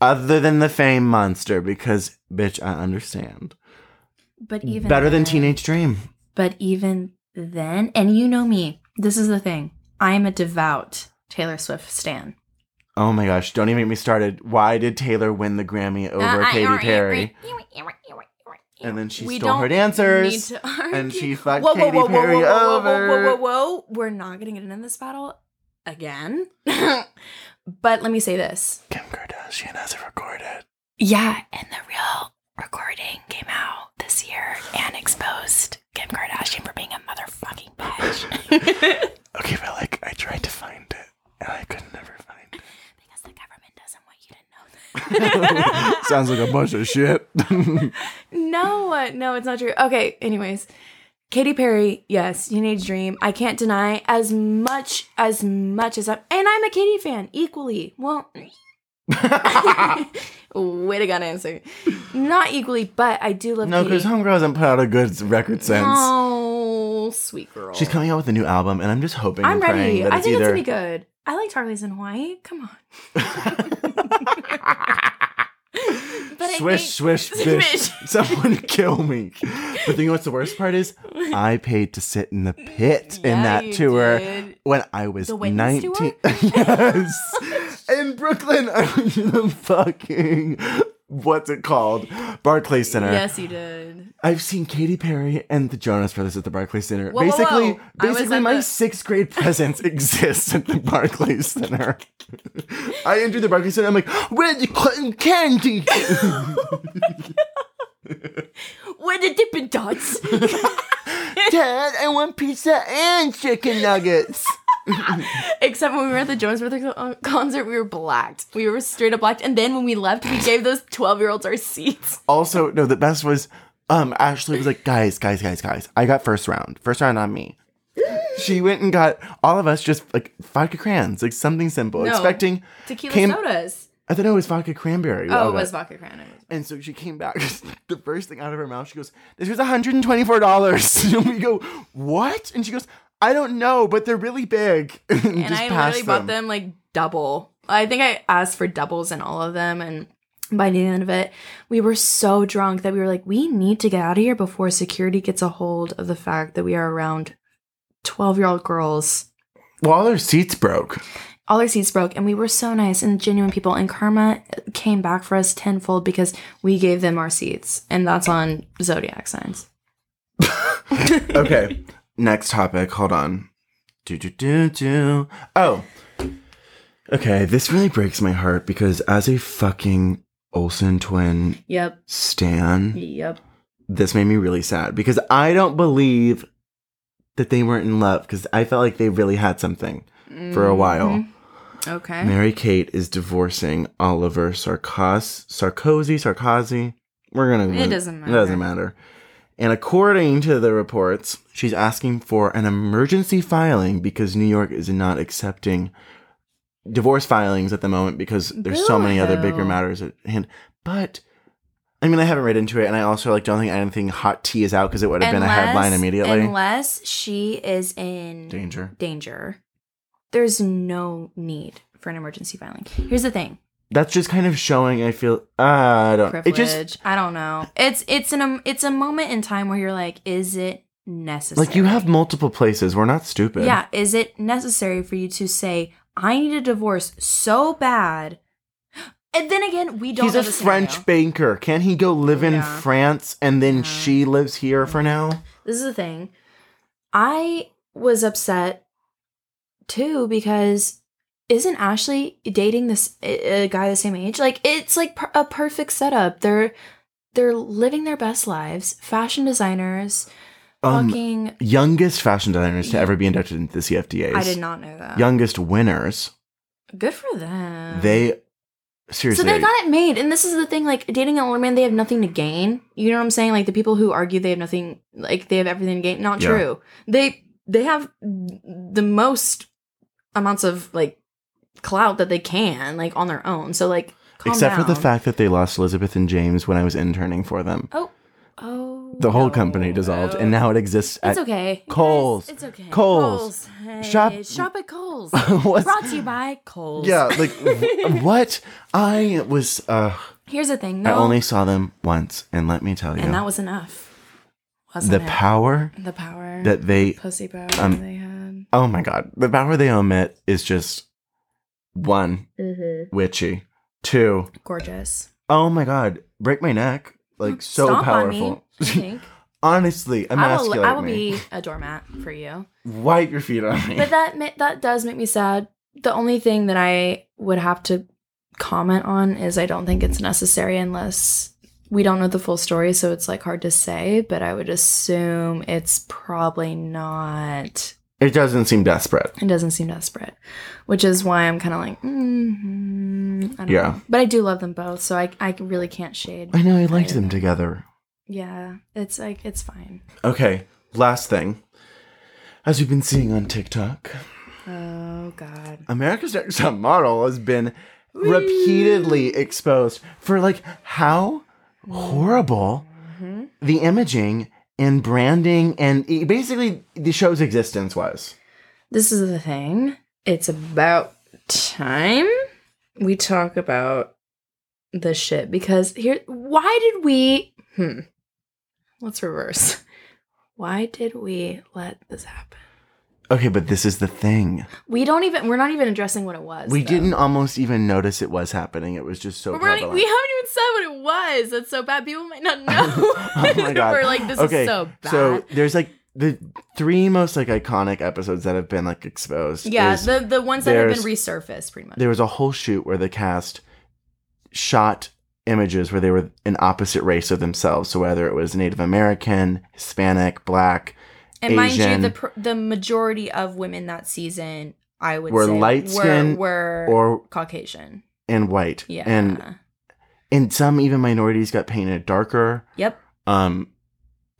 [SPEAKER 1] other than the Fame Monster because bitch, I understand.
[SPEAKER 2] But even
[SPEAKER 1] Better than
[SPEAKER 2] then-
[SPEAKER 1] Teenage Dream.
[SPEAKER 2] But even then, and you know me. This is the thing. I am a devout Taylor Swift stan.
[SPEAKER 1] Oh my gosh, don't even get me started. Why did Taylor win the Grammy over
[SPEAKER 2] Uh, I-
[SPEAKER 1] Katy
[SPEAKER 2] alright,
[SPEAKER 1] Perry?
[SPEAKER 2] alright, alright, alright, alright.
[SPEAKER 1] And then she
[SPEAKER 2] We
[SPEAKER 1] stole her
[SPEAKER 2] don't
[SPEAKER 1] dancers.
[SPEAKER 2] need to argue.
[SPEAKER 1] And she fucked Katy Perry
[SPEAKER 2] whoa, whoa,
[SPEAKER 1] over.
[SPEAKER 2] Whoa, whoa, whoa, whoa. We're not going to get into this battle again. [LAUGHS] but let me say this.
[SPEAKER 1] Kim Kardashian has it recorded.
[SPEAKER 2] Yeah, and the real recording came out this year and exposed Kim Kardashian for being a motherfucking [LAUGHS] bitch.
[SPEAKER 1] Okay, but like I tried to find it and I could never find it.
[SPEAKER 2] because the government doesn't want you to [LAUGHS]
[SPEAKER 1] Sounds like a bunch of shit.
[SPEAKER 2] know that. No, no, it's not true. Okay, anyways. Katy Perry, yes, Teenage Dream. I can't deny as much as much as I'm, and I'm a Katy fan equally. [LAUGHS] Well, way to god answer, not equally, but I do love.
[SPEAKER 1] no,
[SPEAKER 2] Katy.
[SPEAKER 1] because Homegirl hasn't put out a good record since.
[SPEAKER 2] Oh, sweet girl.
[SPEAKER 1] She's coming out with a new album, and I'm just hoping
[SPEAKER 2] I'm
[SPEAKER 1] and praying
[SPEAKER 2] ready.
[SPEAKER 1] that
[SPEAKER 2] I
[SPEAKER 1] it's
[SPEAKER 2] think it's
[SPEAKER 1] either.
[SPEAKER 2] gonna be good. I like Charlie's in Hawaii. Come on. But I
[SPEAKER 1] swish,
[SPEAKER 2] think- [LAUGHS]
[SPEAKER 1] swish, bish.
[SPEAKER 2] Swish.
[SPEAKER 1] Someone [LAUGHS] kill me. But you know what's the worst part
[SPEAKER 2] [LAUGHS]
[SPEAKER 1] is? I paid to sit in the pit in
[SPEAKER 2] Yeah,
[SPEAKER 1] that
[SPEAKER 2] you
[SPEAKER 1] tour
[SPEAKER 2] did.
[SPEAKER 1] when I was
[SPEAKER 2] The Whitney's
[SPEAKER 1] 19. [LAUGHS]
[SPEAKER 2] tour?
[SPEAKER 1] yes. in Brooklyn, I was in a fucking what's it called? Barclay Center.
[SPEAKER 2] Yes, you did.
[SPEAKER 1] I've seen Katy Perry and the Jonas Brothers at the Barclays Center.
[SPEAKER 2] Whoa, whoa,
[SPEAKER 1] basically,
[SPEAKER 2] whoa. I was
[SPEAKER 1] basically,
[SPEAKER 2] at
[SPEAKER 1] my
[SPEAKER 2] the-
[SPEAKER 1] sixth grade presence [LAUGHS] exists at the Barclays Center. I entered the Barclays Center. I'm like, where's the cotton
[SPEAKER 2] [LAUGHS]
[SPEAKER 1] candy?
[SPEAKER 2] Where the
[SPEAKER 1] [LAUGHS]
[SPEAKER 2] Dippin' Dots?
[SPEAKER 1] Dad, I want pizza and chicken nuggets.
[SPEAKER 2] Except when we were at the Jonas Brothers con- concert, we were blacked. We were straight up blacked. And then when we left, we gave those 12 year olds our seats.
[SPEAKER 1] also, no, the best was, um, Ashley was like, guys, guys, guys, guys, I got first round. First round on me. She went and got all of us just like vodka crayons, like something simple,
[SPEAKER 2] No.
[SPEAKER 1] expecting
[SPEAKER 2] Tequila
[SPEAKER 1] Came-
[SPEAKER 2] sodas.
[SPEAKER 1] I thought it was vodka cranberry.
[SPEAKER 2] Oh,
[SPEAKER 1] All
[SPEAKER 2] it
[SPEAKER 1] that.
[SPEAKER 2] was vodka cran. It was-
[SPEAKER 1] And so she came back. [LAUGHS] the first thing out of her mouth, she goes, "This was one hundred and twenty-four dollars." [LAUGHS] and we go, "What?" And she goes, "I don't know, but they're really big." [LAUGHS] and
[SPEAKER 2] and I literally bought them like double. I think I asked for doubles in all of them, and by the end of it, we were so drunk that we were like, we need to get out of here before security gets a hold of the fact that we are around twelve-year-old girls.
[SPEAKER 1] Well, all their seats [LAUGHS] broke.
[SPEAKER 2] All our seats broke, and we were so nice and genuine people. And karma came back for us tenfold because we gave them our seats, and that's on zodiac signs.
[SPEAKER 1] [LAUGHS] Okay, next topic. Hold on. Do do do do. Oh. Okay, this really breaks my heart because as a fucking Olsen twin
[SPEAKER 2] Yep.
[SPEAKER 1] stan,
[SPEAKER 2] Yep.
[SPEAKER 1] this made me really sad because I don't believe that they weren't in love because I felt like they really had something for a while.
[SPEAKER 2] Mm-hmm. Okay.
[SPEAKER 1] Mary Kate is divorcing Oliver Sarkos Sarkozy Sarkozy. We're gonna
[SPEAKER 2] It doesn't
[SPEAKER 1] It doesn't matter. And according to the reports, she's asking for an emergency filing because New York is not accepting divorce filings at the moment because there's so many other bigger
[SPEAKER 2] Boo-hoo.
[SPEAKER 1] matters at hand. But I mean, I haven't read into it, and I also like don't think anything hot tea is out because it would have been a headline immediately.
[SPEAKER 2] Unless she is in
[SPEAKER 1] Danger.
[SPEAKER 2] danger, there's no need for an emergency filing. Here's the thing.
[SPEAKER 1] That's just kind of showing. I feel ah, I don't.
[SPEAKER 2] Privilege.
[SPEAKER 1] It just
[SPEAKER 2] I don't know. It's it's an um, it's a moment in time where you're like, is it necessary?
[SPEAKER 1] Like you have multiple places. We're not stupid.
[SPEAKER 2] Yeah, is it necessary for you to say, I need a divorce so bad? And then again, we don't
[SPEAKER 1] He's
[SPEAKER 2] know
[SPEAKER 1] a
[SPEAKER 2] the
[SPEAKER 1] French
[SPEAKER 2] scenario.
[SPEAKER 1] banker. Can he go live in
[SPEAKER 2] Yeah.
[SPEAKER 1] France and then
[SPEAKER 2] Yeah.
[SPEAKER 1] she lives here for now?
[SPEAKER 2] this is the thing. I was upset too because isn't Ashley dating this a a guy the same age? Like it's like per- a perfect setup. They're they're living their best lives. Fashion designers,
[SPEAKER 1] Um,
[SPEAKER 2] fucking.
[SPEAKER 1] youngest fashion designers to ever be inducted into the CFDAs.
[SPEAKER 2] I did not know that.
[SPEAKER 1] Youngest winners.
[SPEAKER 2] Good for them.
[SPEAKER 1] they seriously.
[SPEAKER 2] So they got it made, and this is the thing. Like dating an older man, they have nothing to gain. You know what I'm saying? Like the people who argue they have nothing, like they have everything to gain. Not
[SPEAKER 1] Yeah.
[SPEAKER 2] true. They they have the most amounts of like clout that they can, like on their own. So like, calm
[SPEAKER 1] except for the
[SPEAKER 2] down.
[SPEAKER 1] fact that they lost Elizabeth and James when I was interning for them.
[SPEAKER 2] Oh, oh,
[SPEAKER 1] The whole
[SPEAKER 2] no.
[SPEAKER 1] company dissolved,
[SPEAKER 2] Oh.
[SPEAKER 1] and now it exists at
[SPEAKER 2] it's
[SPEAKER 1] [LAUGHS]
[SPEAKER 2] okay. You guys,
[SPEAKER 1] Kohl's.
[SPEAKER 2] It's okay.
[SPEAKER 1] Kohl's.
[SPEAKER 2] Kohl's.
[SPEAKER 1] Shop-
[SPEAKER 2] Hey, shop
[SPEAKER 1] [LAUGHS]
[SPEAKER 2] at Coles.
[SPEAKER 1] What's-
[SPEAKER 2] Brought to you by Coles.
[SPEAKER 1] Yeah,
[SPEAKER 2] [LAUGHS]
[SPEAKER 1] like wh- what? I was. uh
[SPEAKER 2] Here's the thing.
[SPEAKER 1] I
[SPEAKER 2] No,
[SPEAKER 1] only saw them once, and let me tell you,
[SPEAKER 2] and that was enough. Wasn't
[SPEAKER 1] the
[SPEAKER 2] it?
[SPEAKER 1] power
[SPEAKER 2] The power.
[SPEAKER 1] that they
[SPEAKER 2] pussy power
[SPEAKER 1] Um,
[SPEAKER 2] they had.
[SPEAKER 1] Oh my god. The power they omit is just one,
[SPEAKER 2] Mm-hmm.
[SPEAKER 1] witchy. Two,
[SPEAKER 2] Gorgeous.
[SPEAKER 1] oh my god, break my neck. Like so
[SPEAKER 2] Stomp
[SPEAKER 1] powerful.
[SPEAKER 2] On me,
[SPEAKER 1] [LAUGHS]
[SPEAKER 2] I think.
[SPEAKER 1] Honestly,
[SPEAKER 2] I will.
[SPEAKER 1] emasculate
[SPEAKER 2] I will
[SPEAKER 1] me.
[SPEAKER 2] be a doormat for you.
[SPEAKER 1] Wipe your feet on me.
[SPEAKER 2] But that ma- that does make me sad. The only thing that I would have to comment on is I don't think it's necessary unless we don't know the full story, so it's like hard to say. But I would assume it's probably not.
[SPEAKER 1] it doesn't seem desperate.
[SPEAKER 2] It doesn't seem desperate, which is why I'm kind of like, mm I don't
[SPEAKER 1] Yeah.
[SPEAKER 2] know. But I do love them both, so I I really can't shade.
[SPEAKER 1] I know I liked them
[SPEAKER 2] Yeah.
[SPEAKER 1] together.
[SPEAKER 2] Yeah, it's like it's fine.
[SPEAKER 1] Okay, last thing. As we've been seeing on TikTok,
[SPEAKER 2] Oh God.
[SPEAKER 1] America's Next Top Model has been repeatedly exposed for like how horrible
[SPEAKER 2] Mm-hmm.
[SPEAKER 1] the imaging and branding and e- basically the show's existence was.
[SPEAKER 2] This is the thing. It's about time we talk about the shit because here why did we hmm let's reverse. Why did we let this happen?
[SPEAKER 1] Okay, but this is the thing.
[SPEAKER 2] We don't even. We're not even addressing what it was.
[SPEAKER 1] We
[SPEAKER 2] though.
[SPEAKER 1] didn't almost even notice it was happening. It was just so
[SPEAKER 2] But we're not,
[SPEAKER 1] prevalent.
[SPEAKER 2] we haven't even said what it was. That's so bad. People might not know.
[SPEAKER 1] [LAUGHS] oh
[SPEAKER 2] [LAUGHS]
[SPEAKER 1] my god.
[SPEAKER 2] we're like, this
[SPEAKER 1] okay,
[SPEAKER 2] is so bad.
[SPEAKER 1] there's like the three most like iconic episodes that have been like exposed.
[SPEAKER 2] yeah,
[SPEAKER 1] is-
[SPEAKER 2] the the ones that have been
[SPEAKER 1] there's-
[SPEAKER 2] resurfaced, pretty much.
[SPEAKER 1] there was a whole shoot where the cast shot images where they were an opposite race of themselves. So whether it was Native American, Hispanic, black,
[SPEAKER 2] And mind you,
[SPEAKER 1] Asian-
[SPEAKER 2] the pr- the majority of women that season, I would
[SPEAKER 1] Were
[SPEAKER 2] say,
[SPEAKER 1] light-skinned
[SPEAKER 2] were, were
[SPEAKER 1] or
[SPEAKER 2] Caucasian.
[SPEAKER 1] and white.
[SPEAKER 2] Yeah.
[SPEAKER 1] And and some even minorities got painted darker.
[SPEAKER 2] yep.
[SPEAKER 1] Um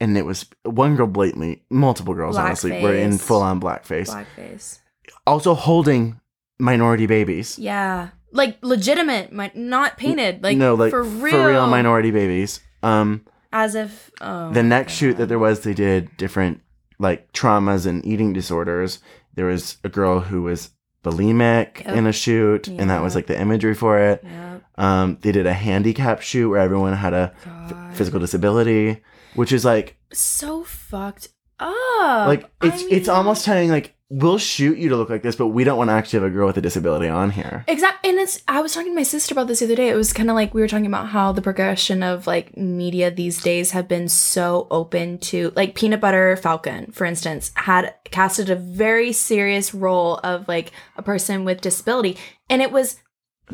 [SPEAKER 1] and it was one girl blatantly, multiple girls honestly were in
[SPEAKER 2] Blackface.
[SPEAKER 1] full on blackface.
[SPEAKER 2] Blackface.
[SPEAKER 1] Also holding minority babies.
[SPEAKER 2] Yeah. Like legitimate, mi- not painted. Like,
[SPEAKER 1] no, like
[SPEAKER 2] for real.
[SPEAKER 1] minority babies. Um
[SPEAKER 2] As if. Oh,
[SPEAKER 1] the next
[SPEAKER 2] my
[SPEAKER 1] shoot
[SPEAKER 2] God.
[SPEAKER 1] that there was they did different like traumas and eating disorders there was a girl who was bulimic
[SPEAKER 2] Yep.
[SPEAKER 1] in a shoot and that was
[SPEAKER 2] Yeah.
[SPEAKER 1] like the imagery for it
[SPEAKER 2] Yep.
[SPEAKER 1] um, they did a handicap shoot where everyone had a
[SPEAKER 2] Oh God.
[SPEAKER 1] physical disability which is like
[SPEAKER 2] So fucked up.
[SPEAKER 1] like
[SPEAKER 2] I
[SPEAKER 1] it's it's
[SPEAKER 2] mean-
[SPEAKER 1] almost telling like we'll shoot you to look like this but we don't want to actually have a girl with a disability on here
[SPEAKER 2] Exactly. And it's, I was talking to my sister about this the other day. It was kind of like we were talking about how the progression of like media these days have been so open to, like, Peanut Butter Falcon, for instance, had casted a very serious role of like a person with disability. And it was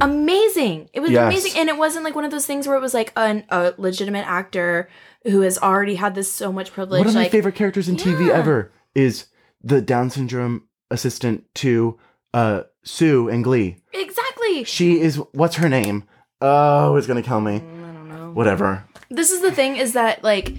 [SPEAKER 2] amazing. It was
[SPEAKER 1] Yes.
[SPEAKER 2] amazing. And it wasn't like one of those things where it was like an, a legitimate actor who has already had this so much privilege.
[SPEAKER 1] one of my
[SPEAKER 2] like,
[SPEAKER 1] favorite characters in tv
[SPEAKER 2] Yeah.
[SPEAKER 1] ever is the down syndrome assistant to uh, sue and glee
[SPEAKER 2] exactly.
[SPEAKER 1] She is what's her name? Oh, it's gonna kill me.
[SPEAKER 2] Mm, I don't know.
[SPEAKER 1] Whatever.
[SPEAKER 2] this is the thing is that like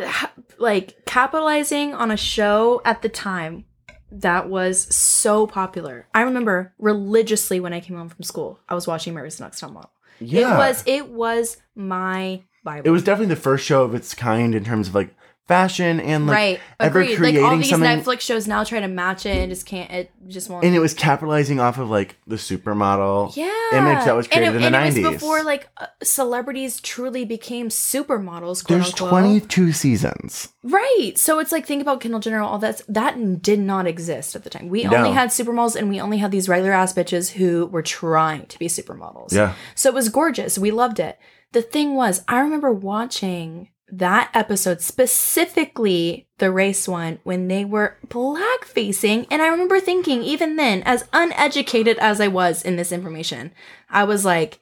[SPEAKER 2] ha- like capitalizing on a show at the time that was so popular. I remember religiously when I came home from school, I was watching Mary's Next Top Model.
[SPEAKER 1] Yeah.
[SPEAKER 2] It was it was my Bible.
[SPEAKER 1] It was definitely the first show of its kind in terms of like fashion and like
[SPEAKER 2] right.
[SPEAKER 1] ever
[SPEAKER 2] Agreed. Like all
[SPEAKER 1] creating
[SPEAKER 2] these
[SPEAKER 1] something-
[SPEAKER 2] Netflix shows now try to match it and just can't. It just won't.
[SPEAKER 1] and it was capitalizing off of like the supermodel.
[SPEAKER 2] yeah
[SPEAKER 1] image that was created
[SPEAKER 2] and
[SPEAKER 1] in
[SPEAKER 2] it,
[SPEAKER 1] the
[SPEAKER 2] and it
[SPEAKER 1] 90s.
[SPEAKER 2] was before like uh, celebrities truly became supermodels. Quote
[SPEAKER 1] There's
[SPEAKER 2] unquote.
[SPEAKER 1] 22 seasons.
[SPEAKER 2] Right. So it's like think about Kendall Jenner, all that that did not exist at the time. We
[SPEAKER 1] No.
[SPEAKER 2] only had supermodels and we only had these regular ass bitches who were trying to be supermodels. So it was gorgeous. We loved it. The thing was, I remember watching that episode specifically the race one when they were blackfacing and I remember thinking even then as uneducated as I was in this information, I was like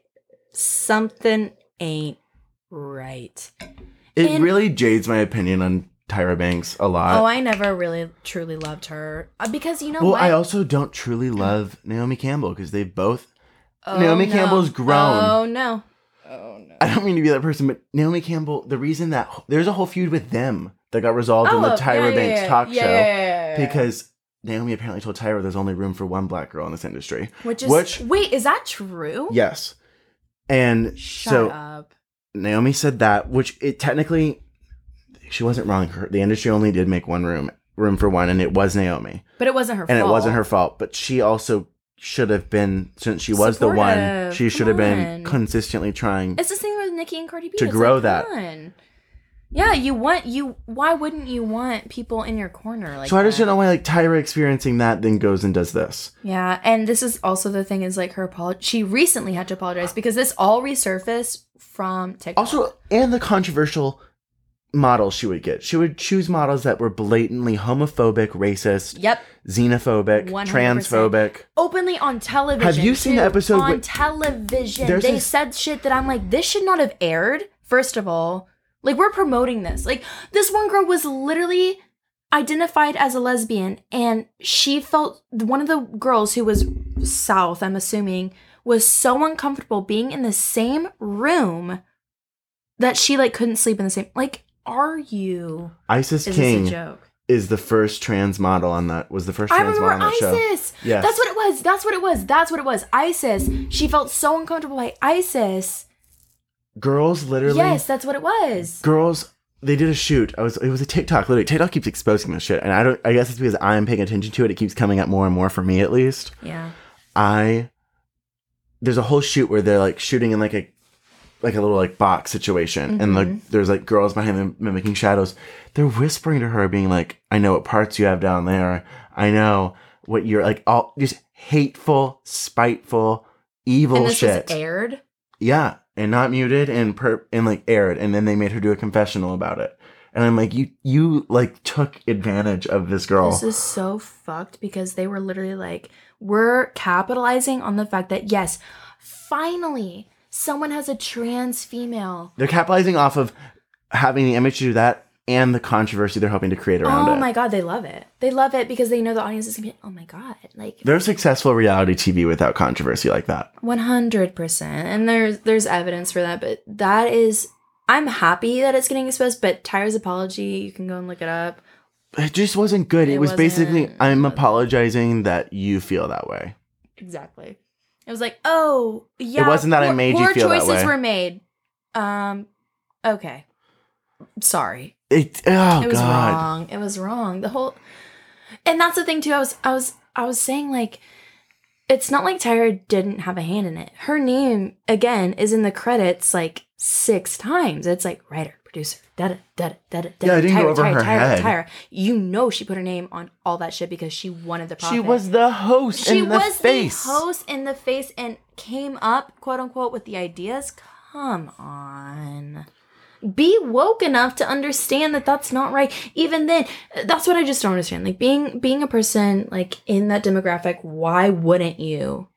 [SPEAKER 2] something ain't right.
[SPEAKER 1] It
[SPEAKER 2] And-
[SPEAKER 1] really jades my opinion on Tyra Banks a lot.
[SPEAKER 2] oh, I never really truly loved her Uh, because you know
[SPEAKER 1] well,
[SPEAKER 2] what?
[SPEAKER 1] I also don't truly love Naomi Campbell because they both.
[SPEAKER 2] Oh,
[SPEAKER 1] Naomi Campbell's grown.
[SPEAKER 2] Oh no. Oh no.
[SPEAKER 1] I don't mean to be that person, but Naomi Campbell. The reason that there's a whole feud with them that got resolved
[SPEAKER 2] Oh,
[SPEAKER 1] in the Tyra Banks talk show. because Naomi apparently told Tyra there's only room for one black girl in this industry.
[SPEAKER 2] which is
[SPEAKER 1] which-
[SPEAKER 2] wait, is that true?
[SPEAKER 1] Yes. And
[SPEAKER 2] Shut
[SPEAKER 1] so
[SPEAKER 2] up.
[SPEAKER 1] Naomi said that, which it technically she wasn't wrong. Her- The industry only did make one room room for one, and it was Naomi,
[SPEAKER 2] But it wasn't her
[SPEAKER 1] and
[SPEAKER 2] fault.
[SPEAKER 1] it wasn't her fault. But she also should have been since she was the one.
[SPEAKER 2] Supportive.
[SPEAKER 1] She should
[SPEAKER 2] Come
[SPEAKER 1] have been
[SPEAKER 2] on.
[SPEAKER 1] consistently trying.
[SPEAKER 2] It's the same with Nicki and Cardi B.
[SPEAKER 1] To
[SPEAKER 2] It's
[SPEAKER 1] grow
[SPEAKER 2] like,
[SPEAKER 1] that.
[SPEAKER 2] come on. Yeah, you want you. Why wouldn't you want people in your corner like?
[SPEAKER 1] so I just
[SPEAKER 2] that?
[SPEAKER 1] don't know why like Tyra experiencing that then goes and does this.
[SPEAKER 2] Yeah, and this is also the thing is like her apology. She recently had to apologize because this all resurfaced from TikTok.
[SPEAKER 1] Also, and the controversial models she would get. She would choose models that were blatantly homophobic, racist,
[SPEAKER 2] yep,
[SPEAKER 1] xenophobic,
[SPEAKER 2] 100%.
[SPEAKER 1] transphobic.
[SPEAKER 2] openly on television.
[SPEAKER 1] Have you seen the
[SPEAKER 2] too.
[SPEAKER 1] episode
[SPEAKER 2] on
[SPEAKER 1] with-
[SPEAKER 2] television?
[SPEAKER 1] There's
[SPEAKER 2] they
[SPEAKER 1] this-
[SPEAKER 2] said shit that I'm like, this should not have aired. First of all, like we're promoting this. Like this one girl was literally identified as a lesbian, and she felt one of the girls who was South, I'm assuming, was so uncomfortable being in the same room that she like couldn't sleep in the same. Like, are you?
[SPEAKER 1] Isis
[SPEAKER 2] Is this a
[SPEAKER 1] King
[SPEAKER 2] joke?
[SPEAKER 1] is the first trans model on that. Was the first
[SPEAKER 2] I
[SPEAKER 1] trans model on
[SPEAKER 2] remember
[SPEAKER 1] that show.
[SPEAKER 2] ISIS.
[SPEAKER 1] Yes.
[SPEAKER 2] That's what it was. That's what it was. That's what it was. ISIS. She felt so uncomfortable by ISIS.
[SPEAKER 1] Girls literally.
[SPEAKER 2] Yes, that's what it was.
[SPEAKER 1] Girls. They did a shoot. I was. It was a TikTok. Literally, TikTok keeps exposing this shit, and I don't. I guess it's because I'm paying attention to it. It keeps coming up more and more for me, at least.
[SPEAKER 2] Yeah.
[SPEAKER 1] I there's a whole shoot where they're like shooting in like a like a little like box situation,
[SPEAKER 4] Mm-hmm.
[SPEAKER 1] and like there's like girls behind them mimicking shadows. They're whispering to her, being like, "I know what parts you have down there. I know what you're like." All just hateful, spiteful, evil
[SPEAKER 4] and this
[SPEAKER 1] shit.
[SPEAKER 4] was aired.
[SPEAKER 1] Yeah, and not muted and per and like aired, and then they made her do a confessional about it. And I'm like, you you like took advantage of this girl.
[SPEAKER 2] This is so fucked because they were literally like, we're capitalizing on the fact that, yes, finally someone has a trans female.
[SPEAKER 1] they're capitalizing off of having the image to do that and the controversy they're hoping to create around
[SPEAKER 2] oh
[SPEAKER 1] it.
[SPEAKER 2] my God, they love it. They love it because they know the audience is going to be, oh my God, like
[SPEAKER 1] There's successful reality TV without controversy like that.
[SPEAKER 2] 100%. And there's, there's evidence for that, but that is, I'm happy that it's getting exposed, but Tyra's apology, you can go and look it up.
[SPEAKER 1] It just wasn't good. It,
[SPEAKER 2] It
[SPEAKER 1] was basically
[SPEAKER 2] wasn't-
[SPEAKER 1] I'm apologizing that you feel that way.
[SPEAKER 2] Exactly. It was like, oh yeah,
[SPEAKER 1] wasn't that I made you
[SPEAKER 2] poor
[SPEAKER 1] feel that
[SPEAKER 2] choices
[SPEAKER 1] way.
[SPEAKER 2] were made. Um, okay, sorry.
[SPEAKER 1] It oh
[SPEAKER 2] it was
[SPEAKER 1] god.
[SPEAKER 2] wrong. It was wrong. The whole, and that's the thing too. I was, I was, I was saying like, it's not like Tyra didn't have a hand in it. Her name again is in the credits like six times. It's like writer, producer, da da da da da.
[SPEAKER 1] Yeah, it didn't go over her head.
[SPEAKER 2] Tyra, you know she put her name on all that shit because she wanted the profit
[SPEAKER 1] She was the host
[SPEAKER 2] she
[SPEAKER 1] in the
[SPEAKER 2] was
[SPEAKER 1] face.
[SPEAKER 2] the host in the face and came up quote unquote with the ideas come on be woke enough to understand that that's not right even then that's what i just don't understand like being being a person like in that demographic why wouldn't you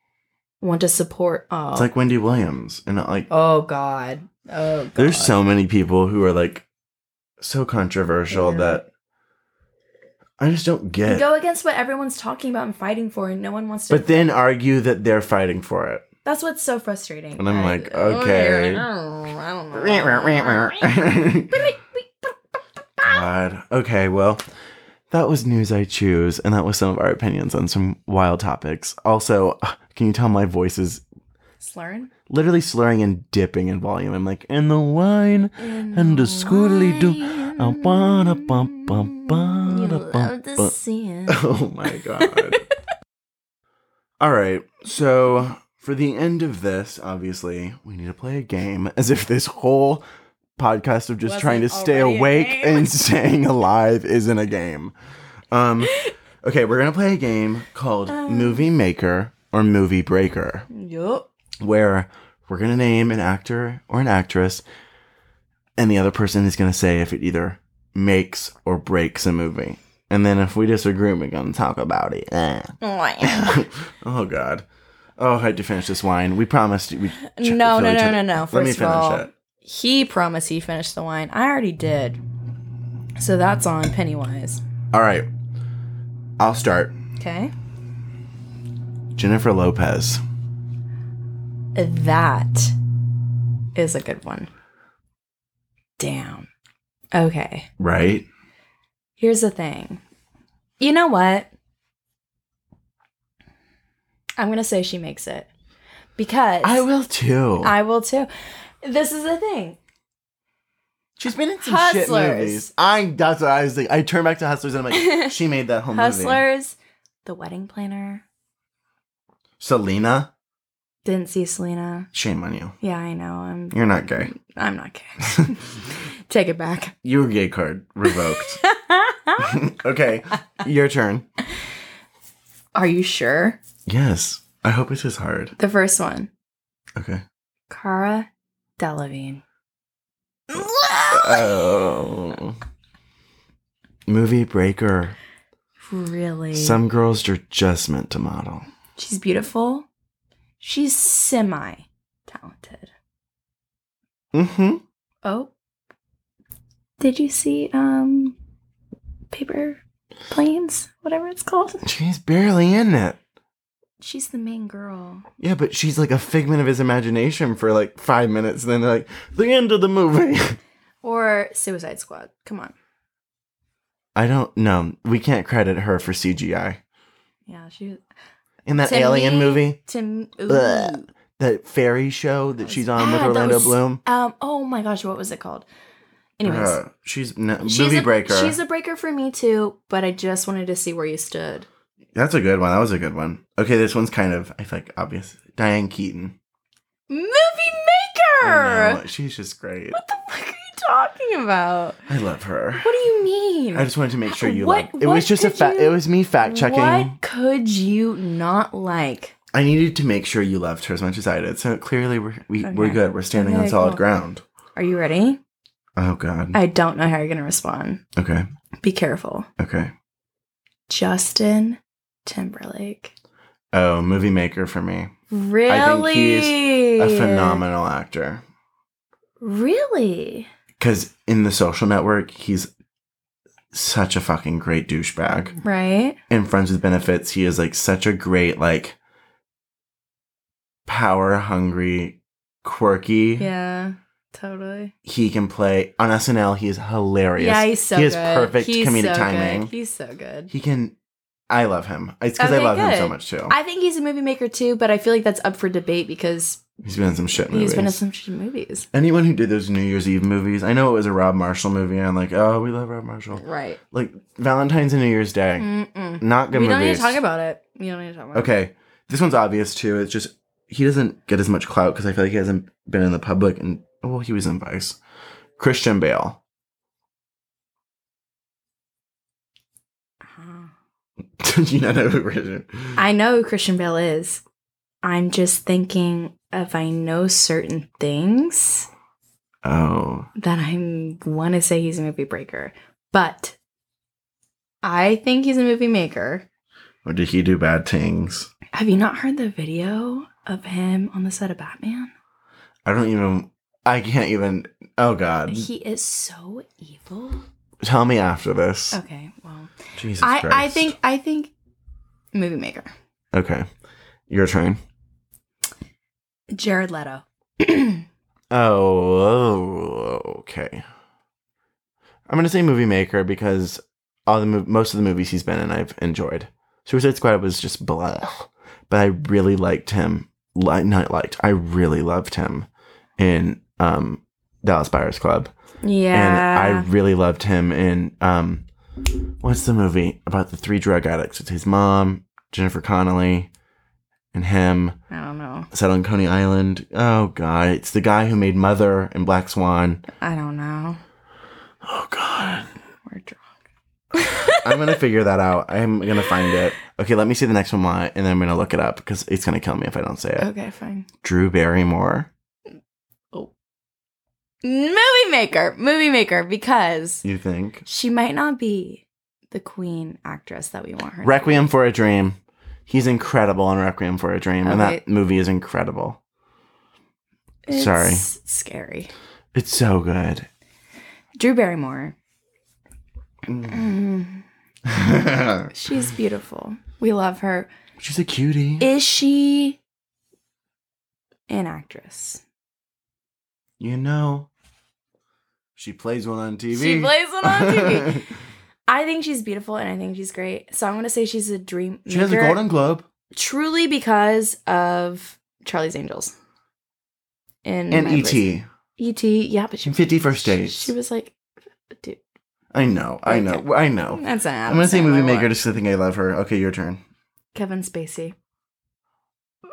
[SPEAKER 2] want to support oh
[SPEAKER 1] It's like Wendy Williams and like
[SPEAKER 4] Oh god. Oh god.
[SPEAKER 1] There's so many people who are like so controversial
[SPEAKER 4] Yeah.
[SPEAKER 1] that I just don't get.
[SPEAKER 2] go against what everyone's talking about and fighting for and no one wants to
[SPEAKER 1] but then argue that they're fighting for it.
[SPEAKER 2] that's what's so frustrating
[SPEAKER 1] And I'm
[SPEAKER 2] I-
[SPEAKER 1] like, okay.
[SPEAKER 4] I don't
[SPEAKER 1] God. Okay, well, that was news I choose, and that was some of our opinions on some wild topics. Also, [SIGHS] can you tell my voice is
[SPEAKER 2] slurring
[SPEAKER 1] literally slurring and dipping in volume? I'm like, and the wine and the schoolly do. I wanna bum bum bum.
[SPEAKER 2] you
[SPEAKER 1] da bum
[SPEAKER 2] love to
[SPEAKER 1] bum.
[SPEAKER 2] see
[SPEAKER 4] [LAUGHS]
[SPEAKER 1] [LAUGHS]
[SPEAKER 2] it.
[SPEAKER 1] Oh my god. [LAUGHS] All right. So, for the end of this, obviously, we need to play a game as if this whole podcast of just
[SPEAKER 4] Wasn't
[SPEAKER 1] trying to stay
[SPEAKER 4] already a
[SPEAKER 1] awake
[SPEAKER 4] game.
[SPEAKER 1] and [LAUGHS] staying alive isn't a game. Um okay, we're going to play a game
[SPEAKER 4] [LAUGHS]
[SPEAKER 1] called
[SPEAKER 4] Um.
[SPEAKER 1] Movie Maker or Movie Breaker
[SPEAKER 2] Yup.
[SPEAKER 1] where we're going to name an actor or an actress and the other person is going to say if it either makes or breaks a movie. And then if we disagree, we're going to talk about it. Eh. [LAUGHS] oh, God. Oh, I had to finish this wine. We promised we.
[SPEAKER 4] No, no, no, no, no. First
[SPEAKER 1] Let me
[SPEAKER 4] of
[SPEAKER 1] finish
[SPEAKER 4] all,
[SPEAKER 1] it.
[SPEAKER 4] he promised he finished the wine. I already did. So that's on Pennywise.
[SPEAKER 1] All right. I'll start.
[SPEAKER 4] Okay.
[SPEAKER 1] Jennifer Lopez.
[SPEAKER 4] That is a good one. Damn. Okay.
[SPEAKER 1] Right?
[SPEAKER 4] Here's the thing. You know what?
[SPEAKER 2] I'm gonna say she makes it because
[SPEAKER 1] I will too.
[SPEAKER 2] I will too. This is the thing.
[SPEAKER 1] She's been in some shit
[SPEAKER 4] Hustlers.
[SPEAKER 1] movies. I that's what I was like. I turned back to Hustlers and I'm
[SPEAKER 4] [LAUGHS]
[SPEAKER 1] like, she made that whole movie.
[SPEAKER 2] Hustlers, The Wedding Planner.
[SPEAKER 1] Selena,
[SPEAKER 2] Didn't see Selena.
[SPEAKER 1] shame on you.
[SPEAKER 2] Yeah, I know. I'm
[SPEAKER 1] You're not gay. [LAUGHS]
[SPEAKER 2] I'm not kidding. Take it back. [LAUGHS]
[SPEAKER 1] Your gay card revoked. [LAUGHS] okay, your turn.
[SPEAKER 2] Are you sure?
[SPEAKER 1] Yes, I hope it's his hard.
[SPEAKER 2] The first one,
[SPEAKER 1] Okay.
[SPEAKER 2] Cara Delevingne.
[SPEAKER 1] Oh. Movie breaker.
[SPEAKER 2] Really?
[SPEAKER 1] Some girls are just meant to model.
[SPEAKER 2] She's beautiful. She's semi talented.
[SPEAKER 1] Mm-hmm.
[SPEAKER 2] Oh. Did you see um paper planes? Whatever it's called.
[SPEAKER 1] She's barely in it.
[SPEAKER 2] She's the main girl.
[SPEAKER 1] Yeah, but she's like a figment of his imagination for like five minutes, and then they're like, the end of the movie. [LAUGHS]
[SPEAKER 2] Or Suicide Squad. Come on.
[SPEAKER 1] I don't know. We can't credit her for CGI.
[SPEAKER 2] Yeah, she
[SPEAKER 1] In that
[SPEAKER 2] To
[SPEAKER 1] alien
[SPEAKER 2] me-
[SPEAKER 1] movie,
[SPEAKER 2] Tim ooh.
[SPEAKER 1] Ugh. that fairy show that
[SPEAKER 2] was
[SPEAKER 1] she's on with
[SPEAKER 2] bad. That
[SPEAKER 1] Orlando
[SPEAKER 2] was-
[SPEAKER 1] Bloom.
[SPEAKER 2] Um oh my gosh, what was it called? Anyways.
[SPEAKER 1] Bruh, she's no,
[SPEAKER 2] she's
[SPEAKER 1] Uh, movie
[SPEAKER 2] a,
[SPEAKER 1] breaker.
[SPEAKER 2] She's a breaker for me too, but I just wanted to see where you stood.
[SPEAKER 1] That's a good one. That was a good one. Okay, this one's kind of I think obvious. Diane Keaton.
[SPEAKER 2] Movie
[SPEAKER 1] I
[SPEAKER 2] her?
[SPEAKER 1] know, she's just great.
[SPEAKER 2] What the fuck are you talking about?
[SPEAKER 1] I love her.
[SPEAKER 2] What do you mean?
[SPEAKER 1] I just wanted to make sure you
[SPEAKER 2] What-
[SPEAKER 1] loved. It
[SPEAKER 2] what
[SPEAKER 1] was just a
[SPEAKER 2] did
[SPEAKER 1] fact.
[SPEAKER 2] you-
[SPEAKER 1] It was me fact checking.
[SPEAKER 2] What could you not like?
[SPEAKER 1] I needed to make sure you loved her as much as I did. So clearly we're we, we're
[SPEAKER 2] Okay.
[SPEAKER 1] good. We're standing on
[SPEAKER 2] Okay,
[SPEAKER 1] solid
[SPEAKER 2] cool.
[SPEAKER 1] ground.
[SPEAKER 2] Are you ready?
[SPEAKER 1] Oh God.
[SPEAKER 2] I don't know how you're gonna respond.
[SPEAKER 1] okay.
[SPEAKER 2] Be careful.
[SPEAKER 1] Okay.
[SPEAKER 2] Justin Timberlake.
[SPEAKER 1] Oh, movie maker for me.
[SPEAKER 2] Really?
[SPEAKER 1] he's A phenomenal actor.
[SPEAKER 2] Really?
[SPEAKER 1] Because in the social network, he's such a fucking great douchebag.
[SPEAKER 2] Right?
[SPEAKER 1] In Friends with Benefits, he is like such a great, like, power hungry, quirky.
[SPEAKER 2] Yeah. Totally.
[SPEAKER 1] He can play on SNL. He is hilarious.
[SPEAKER 2] Yeah, he's so
[SPEAKER 1] He
[SPEAKER 2] good.
[SPEAKER 1] has perfect
[SPEAKER 2] he's
[SPEAKER 1] comedic
[SPEAKER 2] so
[SPEAKER 1] timing.
[SPEAKER 2] Good. He's so good.
[SPEAKER 1] He can. I love him. It's because I
[SPEAKER 2] Okay,
[SPEAKER 1] love him
[SPEAKER 2] good.
[SPEAKER 1] so much too.
[SPEAKER 2] I think he's a movie maker too, but I feel like that's up for debate because
[SPEAKER 1] he's been in some shit movies.
[SPEAKER 2] he's been in some shit movies.
[SPEAKER 1] Anyone who did those New Year's Eve movies, I know it was a Rob Marshall movie, and I'm like, oh, we love Rob Marshall.
[SPEAKER 2] Right.
[SPEAKER 1] Like Valentine's and New Year's Day,
[SPEAKER 2] Mm-mm.
[SPEAKER 1] not good
[SPEAKER 2] Mm. We
[SPEAKER 1] movies.
[SPEAKER 2] don't need to talk about it. We don't need to talk about it.
[SPEAKER 1] Okay, this one's obvious too. It's just he doesn't get as much clout because I feel like he hasn't been in the public, and well, he was in Vice. Christian Bale. [LAUGHS]
[SPEAKER 2] Uh-huh.
[SPEAKER 1] Did you not know who Christian?
[SPEAKER 2] I know who Christian Bale is. I'm just thinking if I know certain things
[SPEAKER 1] Oh,
[SPEAKER 2] that I want to say he's a movie breaker, but I think he's a movie maker.
[SPEAKER 1] or did he do bad things?
[SPEAKER 2] Have you not heard the video of him on the set of Batman?
[SPEAKER 1] I don't even. I can't even. Oh God!
[SPEAKER 2] He is so evil.
[SPEAKER 1] Tell me after this.
[SPEAKER 2] Okay, well,
[SPEAKER 1] Jesus
[SPEAKER 2] Oh. I,
[SPEAKER 1] Christ.
[SPEAKER 2] I think I think movie maker
[SPEAKER 1] Okay, your turn.
[SPEAKER 2] Jared Leto. [CLEARS THROAT]
[SPEAKER 1] Oh, okay. I'm gonna say movie maker because all the mov- most of the movies he's been in, I've enjoyed. Suicide Squad was just blah, but I really liked him. Li- not liked. I really loved him in um, Dallas Buyers Club,
[SPEAKER 2] yeah,
[SPEAKER 1] and I really loved him in um, what's the movie about the three drug addicts? It's his mom, Jennifer Connelly, and him
[SPEAKER 2] I, don't know.
[SPEAKER 1] set on Coney Island. Oh god, it's the guy who made Mother and Black Swan.
[SPEAKER 2] I don't know.
[SPEAKER 1] Oh god.
[SPEAKER 2] We're drunk.
[SPEAKER 1] [LAUGHS] I'm gonna figure that out. I'm gonna find it. Okay, let me see the next one why, and then I'm gonna look it up because it's gonna kill me if I don't say it.
[SPEAKER 2] Okay, fine.
[SPEAKER 1] Drew Barrymore.
[SPEAKER 2] Movie maker, movie maker, because
[SPEAKER 1] You think?
[SPEAKER 2] she might not be the queen actress that we want her. to
[SPEAKER 1] Requiem for a Dream. He's incredible in Requiem for a Dream, and
[SPEAKER 2] Okay.
[SPEAKER 1] that movie is incredible.
[SPEAKER 2] be. It's
[SPEAKER 1] Sorry.
[SPEAKER 2] Scary.
[SPEAKER 1] It's so good.
[SPEAKER 2] [LAUGHS] Drew Barrymore. Mm, She's beautiful. We love her.
[SPEAKER 1] She's a cutie.
[SPEAKER 2] Is she an actress?
[SPEAKER 1] you know. She plays one on TV.
[SPEAKER 2] She plays one
[SPEAKER 1] [LAUGHS]
[SPEAKER 2] on TV. I think she's beautiful and I think she's great. So I'm gonna say she's a dream maker.
[SPEAKER 1] she has a Golden Globe.
[SPEAKER 2] truly because of Charlie's Angels. In
[SPEAKER 1] and E
[SPEAKER 2] my
[SPEAKER 1] ET.
[SPEAKER 2] brain. E.T. E Yeah, but she
[SPEAKER 1] And 51st Dates.
[SPEAKER 2] She was like, dude,
[SPEAKER 1] I know, I know, I know.
[SPEAKER 2] that's an.
[SPEAKER 1] Oh. I'm gonna say movie maker just 'cause I think I love her. Okay, your turn.
[SPEAKER 2] Kevin Spacey.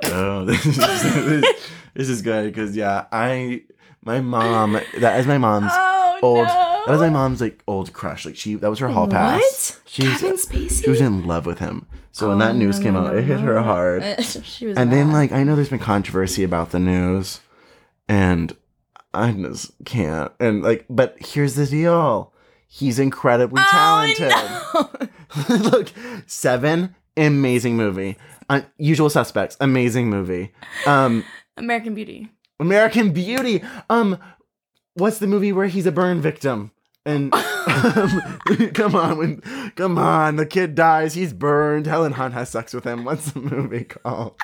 [SPEAKER 1] Oh, [LAUGHS] this is, this, this is good because yeah, I my mom that is my mom's
[SPEAKER 2] Oh
[SPEAKER 1] old that is my mom's like old crush. Like she that was her hall pass.
[SPEAKER 2] What?
[SPEAKER 1] She's,
[SPEAKER 2] Kevin Spacey. Oh,
[SPEAKER 1] she was in love with him. So when that news came out, it hit her hard.
[SPEAKER 2] [LAUGHS] she was.
[SPEAKER 1] and then
[SPEAKER 2] mad.
[SPEAKER 1] like I know there's been controversy about the news, and I just can't. And like, but here's the deal: he's incredibly
[SPEAKER 2] Oh,
[SPEAKER 1] talented. [LAUGHS] Look, Seven, amazing movie. Unusual Suspects, amazing movie. Um,
[SPEAKER 2] [LAUGHS] American Beauty.
[SPEAKER 1] American Beauty. Um, what's the movie where he's a burn victim? And um, [LAUGHS] come on, when, come on, the kid dies, he's burned. Helen Hunt has sex with him. What's the movie called?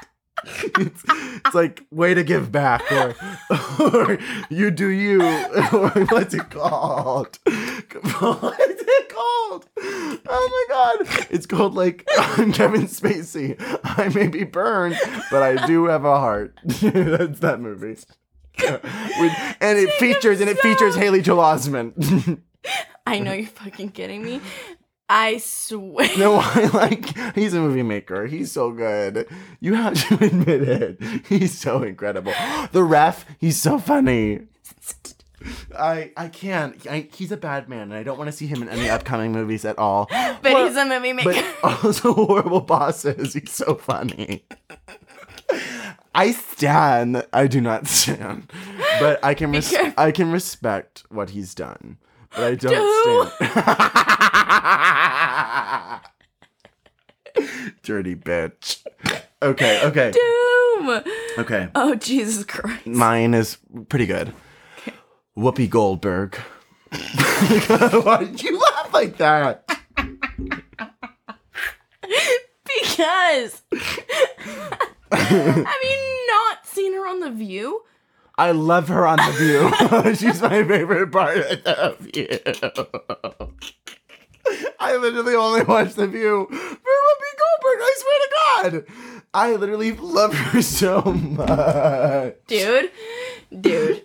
[SPEAKER 1] it's, it's like way to give back, or, or you do you, [LAUGHS] or what's it called? What's it called? Oh my god, it's called like I'm Kevin Spacey. I may be burned, but I do have a heart. [LAUGHS] That's that movie. [LAUGHS] With- and it features and it features Haley Joel Osment. [LAUGHS]
[SPEAKER 2] I know you're fucking kidding me. I swear.
[SPEAKER 1] [LAUGHS] No, I like he's a movie maker. He's so good. You have to [LAUGHS] admit it. He's so incredible. [GASPS] The ref, he's so funny. I I can't. I, he's a bad man, and I don't want to see him in any upcoming movies at all.
[SPEAKER 2] [LAUGHS] [GASPS] But he's a movie maker. [LAUGHS]
[SPEAKER 1] [LAUGHS] But also horrible bosses. He's so funny. I stan. I do not stan, but I can res-
[SPEAKER 2] careful.
[SPEAKER 1] I can respect what he's done. But I
[SPEAKER 2] To who?
[SPEAKER 1] don't stan. Dirty bitch. Okay. Okay.
[SPEAKER 2] Doom.
[SPEAKER 1] Okay.
[SPEAKER 2] Oh Jesus Christ. [LAUGHS]
[SPEAKER 1] Mine is pretty good. Whoopi Goldberg. [LAUGHS] Why did you laugh like that? [LAUGHS]
[SPEAKER 2] Because [LAUGHS] have you not seen her on The View?
[SPEAKER 1] I love her on The View. [LAUGHS] She's my favorite part of The View. I literally only watch The View for Whoopi Goldberg. I swear to God. I literally love her so much.
[SPEAKER 2] Dude, dude,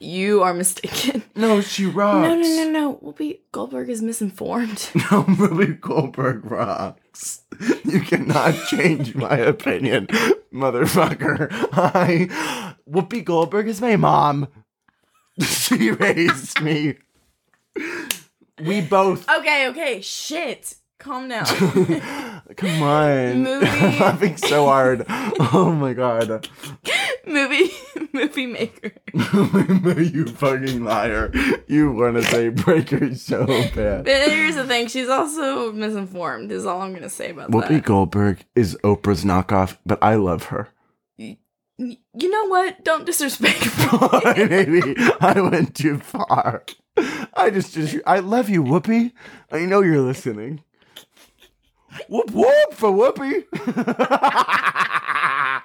[SPEAKER 2] you are mistaken.
[SPEAKER 1] No, she rocks.
[SPEAKER 2] No, no, no, no. Whoopi Goldberg is misinformed.
[SPEAKER 1] No, Whoopi Goldberg rocks. You cannot change my opinion, motherfucker. I Whoopi Goldberg is my mom. [LAUGHS] she raised me. We both.
[SPEAKER 2] [LAUGHS] Okay, okay, shit. Calm down.
[SPEAKER 1] [LAUGHS] Come on.
[SPEAKER 2] Movie.
[SPEAKER 1] I'm [LAUGHS] laughing so hard. Oh my god. [LAUGHS]
[SPEAKER 2] movie, [LAUGHS] movie maker.
[SPEAKER 1] you fucking liar. You want to say breaker so bad.
[SPEAKER 2] But here's the thing: she's also misinformed. Is all I'm gonna say about
[SPEAKER 1] Whoopi
[SPEAKER 2] that.
[SPEAKER 1] Goldberg is Oprah's knockoff, but I love her.
[SPEAKER 2] Y- You know what? Don't disrespect. her.
[SPEAKER 1] Maybe [LAUGHS] I went too far. I just, just, I love you, Whoopi. I know you're listening. Whoop whoop for Whoopi. [LAUGHS]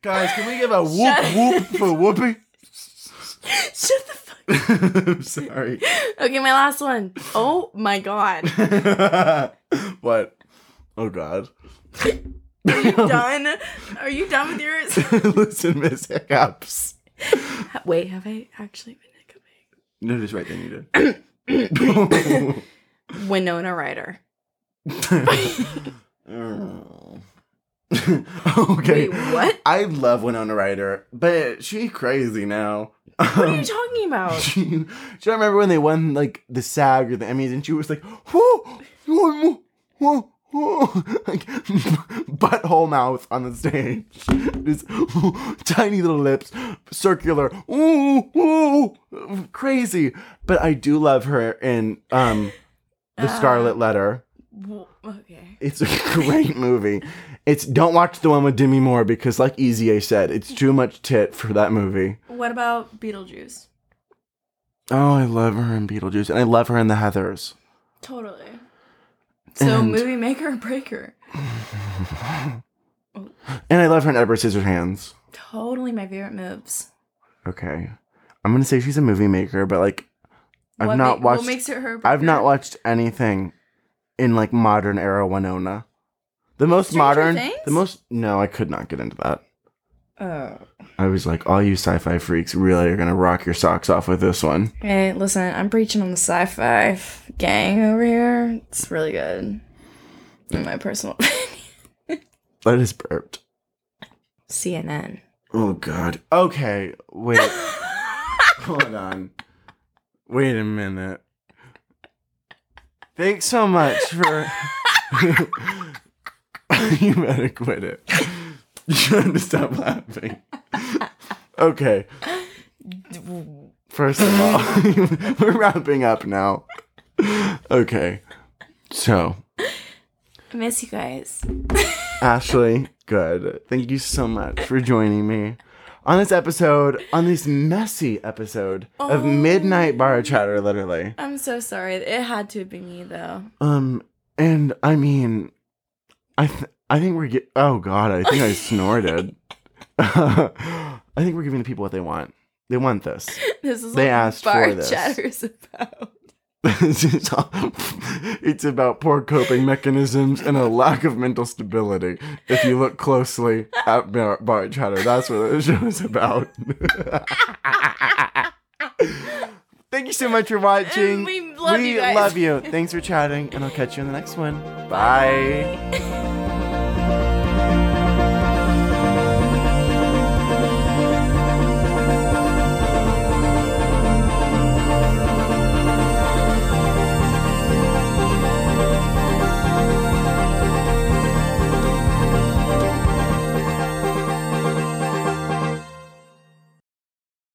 [SPEAKER 1] Guys, can we give a whoop
[SPEAKER 2] Shut-
[SPEAKER 1] whoop for Whoopi?
[SPEAKER 2] Shut the fuck.
[SPEAKER 1] [LAUGHS] I'm sorry.
[SPEAKER 2] Okay, my last one. Oh my god.
[SPEAKER 1] what? Oh God. [LAUGHS]
[SPEAKER 2] Are you done? Are you done with yours?
[SPEAKER 1] Listen, Miss Hiccups.
[SPEAKER 2] Wait, have I actually been hiccuping?
[SPEAKER 3] No, just right then you did.
[SPEAKER 1] [LAUGHS]
[SPEAKER 2] Winona Ryder.
[SPEAKER 1] okay.
[SPEAKER 2] Wait, what?
[SPEAKER 1] I love Winona Ryder, but she crazy now. Um,
[SPEAKER 2] What are you talking
[SPEAKER 1] [LAUGHS]
[SPEAKER 2] about?
[SPEAKER 1] she, do you remember when they won like the SAG or the Emmys, and she was like, "Whoa, one more, whoa, whoa," [LAUGHS] like butthole mouth on the stage, [LAUGHS] this tiny little lips, circular, ooh, ooh, crazy. But I do love her in um, the
[SPEAKER 2] Uh,
[SPEAKER 1] Scarlet Letter.
[SPEAKER 2] Wh- Okay.
[SPEAKER 1] It's a [LAUGHS] great movie. It's don't watch the one with Demi Moore because, like Easy A said, it's too much tit for that movie.
[SPEAKER 2] What about Beetlejuice?
[SPEAKER 1] Oh, I love her in Beetlejuice, and I love her in The Heathers.
[SPEAKER 2] Totally. So
[SPEAKER 1] And-
[SPEAKER 2] movie maker or breaker?
[SPEAKER 1] And I love her in Edward Scissorhands.
[SPEAKER 2] Totally my favorite moves.
[SPEAKER 1] Okay, I'm gonna say she's a movie maker, but like, I've
[SPEAKER 2] What
[SPEAKER 1] not
[SPEAKER 2] ma-
[SPEAKER 1] watched.
[SPEAKER 2] What makes it her? Breaker?
[SPEAKER 1] I've not watched anything in like modern era Winona. The most
[SPEAKER 2] Stranger
[SPEAKER 1] modern,
[SPEAKER 2] Things?
[SPEAKER 1] the most. No, I could not get into that.
[SPEAKER 2] Oh.
[SPEAKER 1] I was like, all you sci-fi freaks really are gonna rock your socks off with this one.
[SPEAKER 2] Hey, listen, I'm preaching on the sci-fi f- gang over here. It's really good. In my personal [LAUGHS]
[SPEAKER 1] That is burped.
[SPEAKER 4] CNN.
[SPEAKER 1] Oh God. Okay. Wait. Hold on. Wait a minute. Thanks so much for. [LAUGHS] you better quit it. [LAUGHS] You have to stop laughing. Okay. First of all, [LAUGHS] we're wrapping up now. Okay. So,
[SPEAKER 2] I miss you guys. [LAUGHS]
[SPEAKER 1] Ashley, good. Thank you so much for joining me on this episode, on this messy episode of
[SPEAKER 2] Oh.
[SPEAKER 1] Midnight Bar Chatter, literally.
[SPEAKER 2] I'm so sorry. It had to have been me though. [LAUGHS]
[SPEAKER 1] Um, and I mean, I th- I think we're get- oh god, I think I snorted. [LAUGHS] I think we're giving the people what they want. They want this.
[SPEAKER 2] This is
[SPEAKER 1] They
[SPEAKER 2] what
[SPEAKER 1] asked for
[SPEAKER 2] bar
[SPEAKER 1] this.
[SPEAKER 2] chatter is about.
[SPEAKER 1] This is all- [LAUGHS] it's about poor coping mechanisms and a lack of mental stability. If you look closely at Bar, bar Chatter, that's what the show is about. [LAUGHS] Thank you so much for watching.
[SPEAKER 2] We love love
[SPEAKER 1] we
[SPEAKER 2] you guys.
[SPEAKER 1] love you. Thanks for chatting, and I'll catch you in the next one. Bye.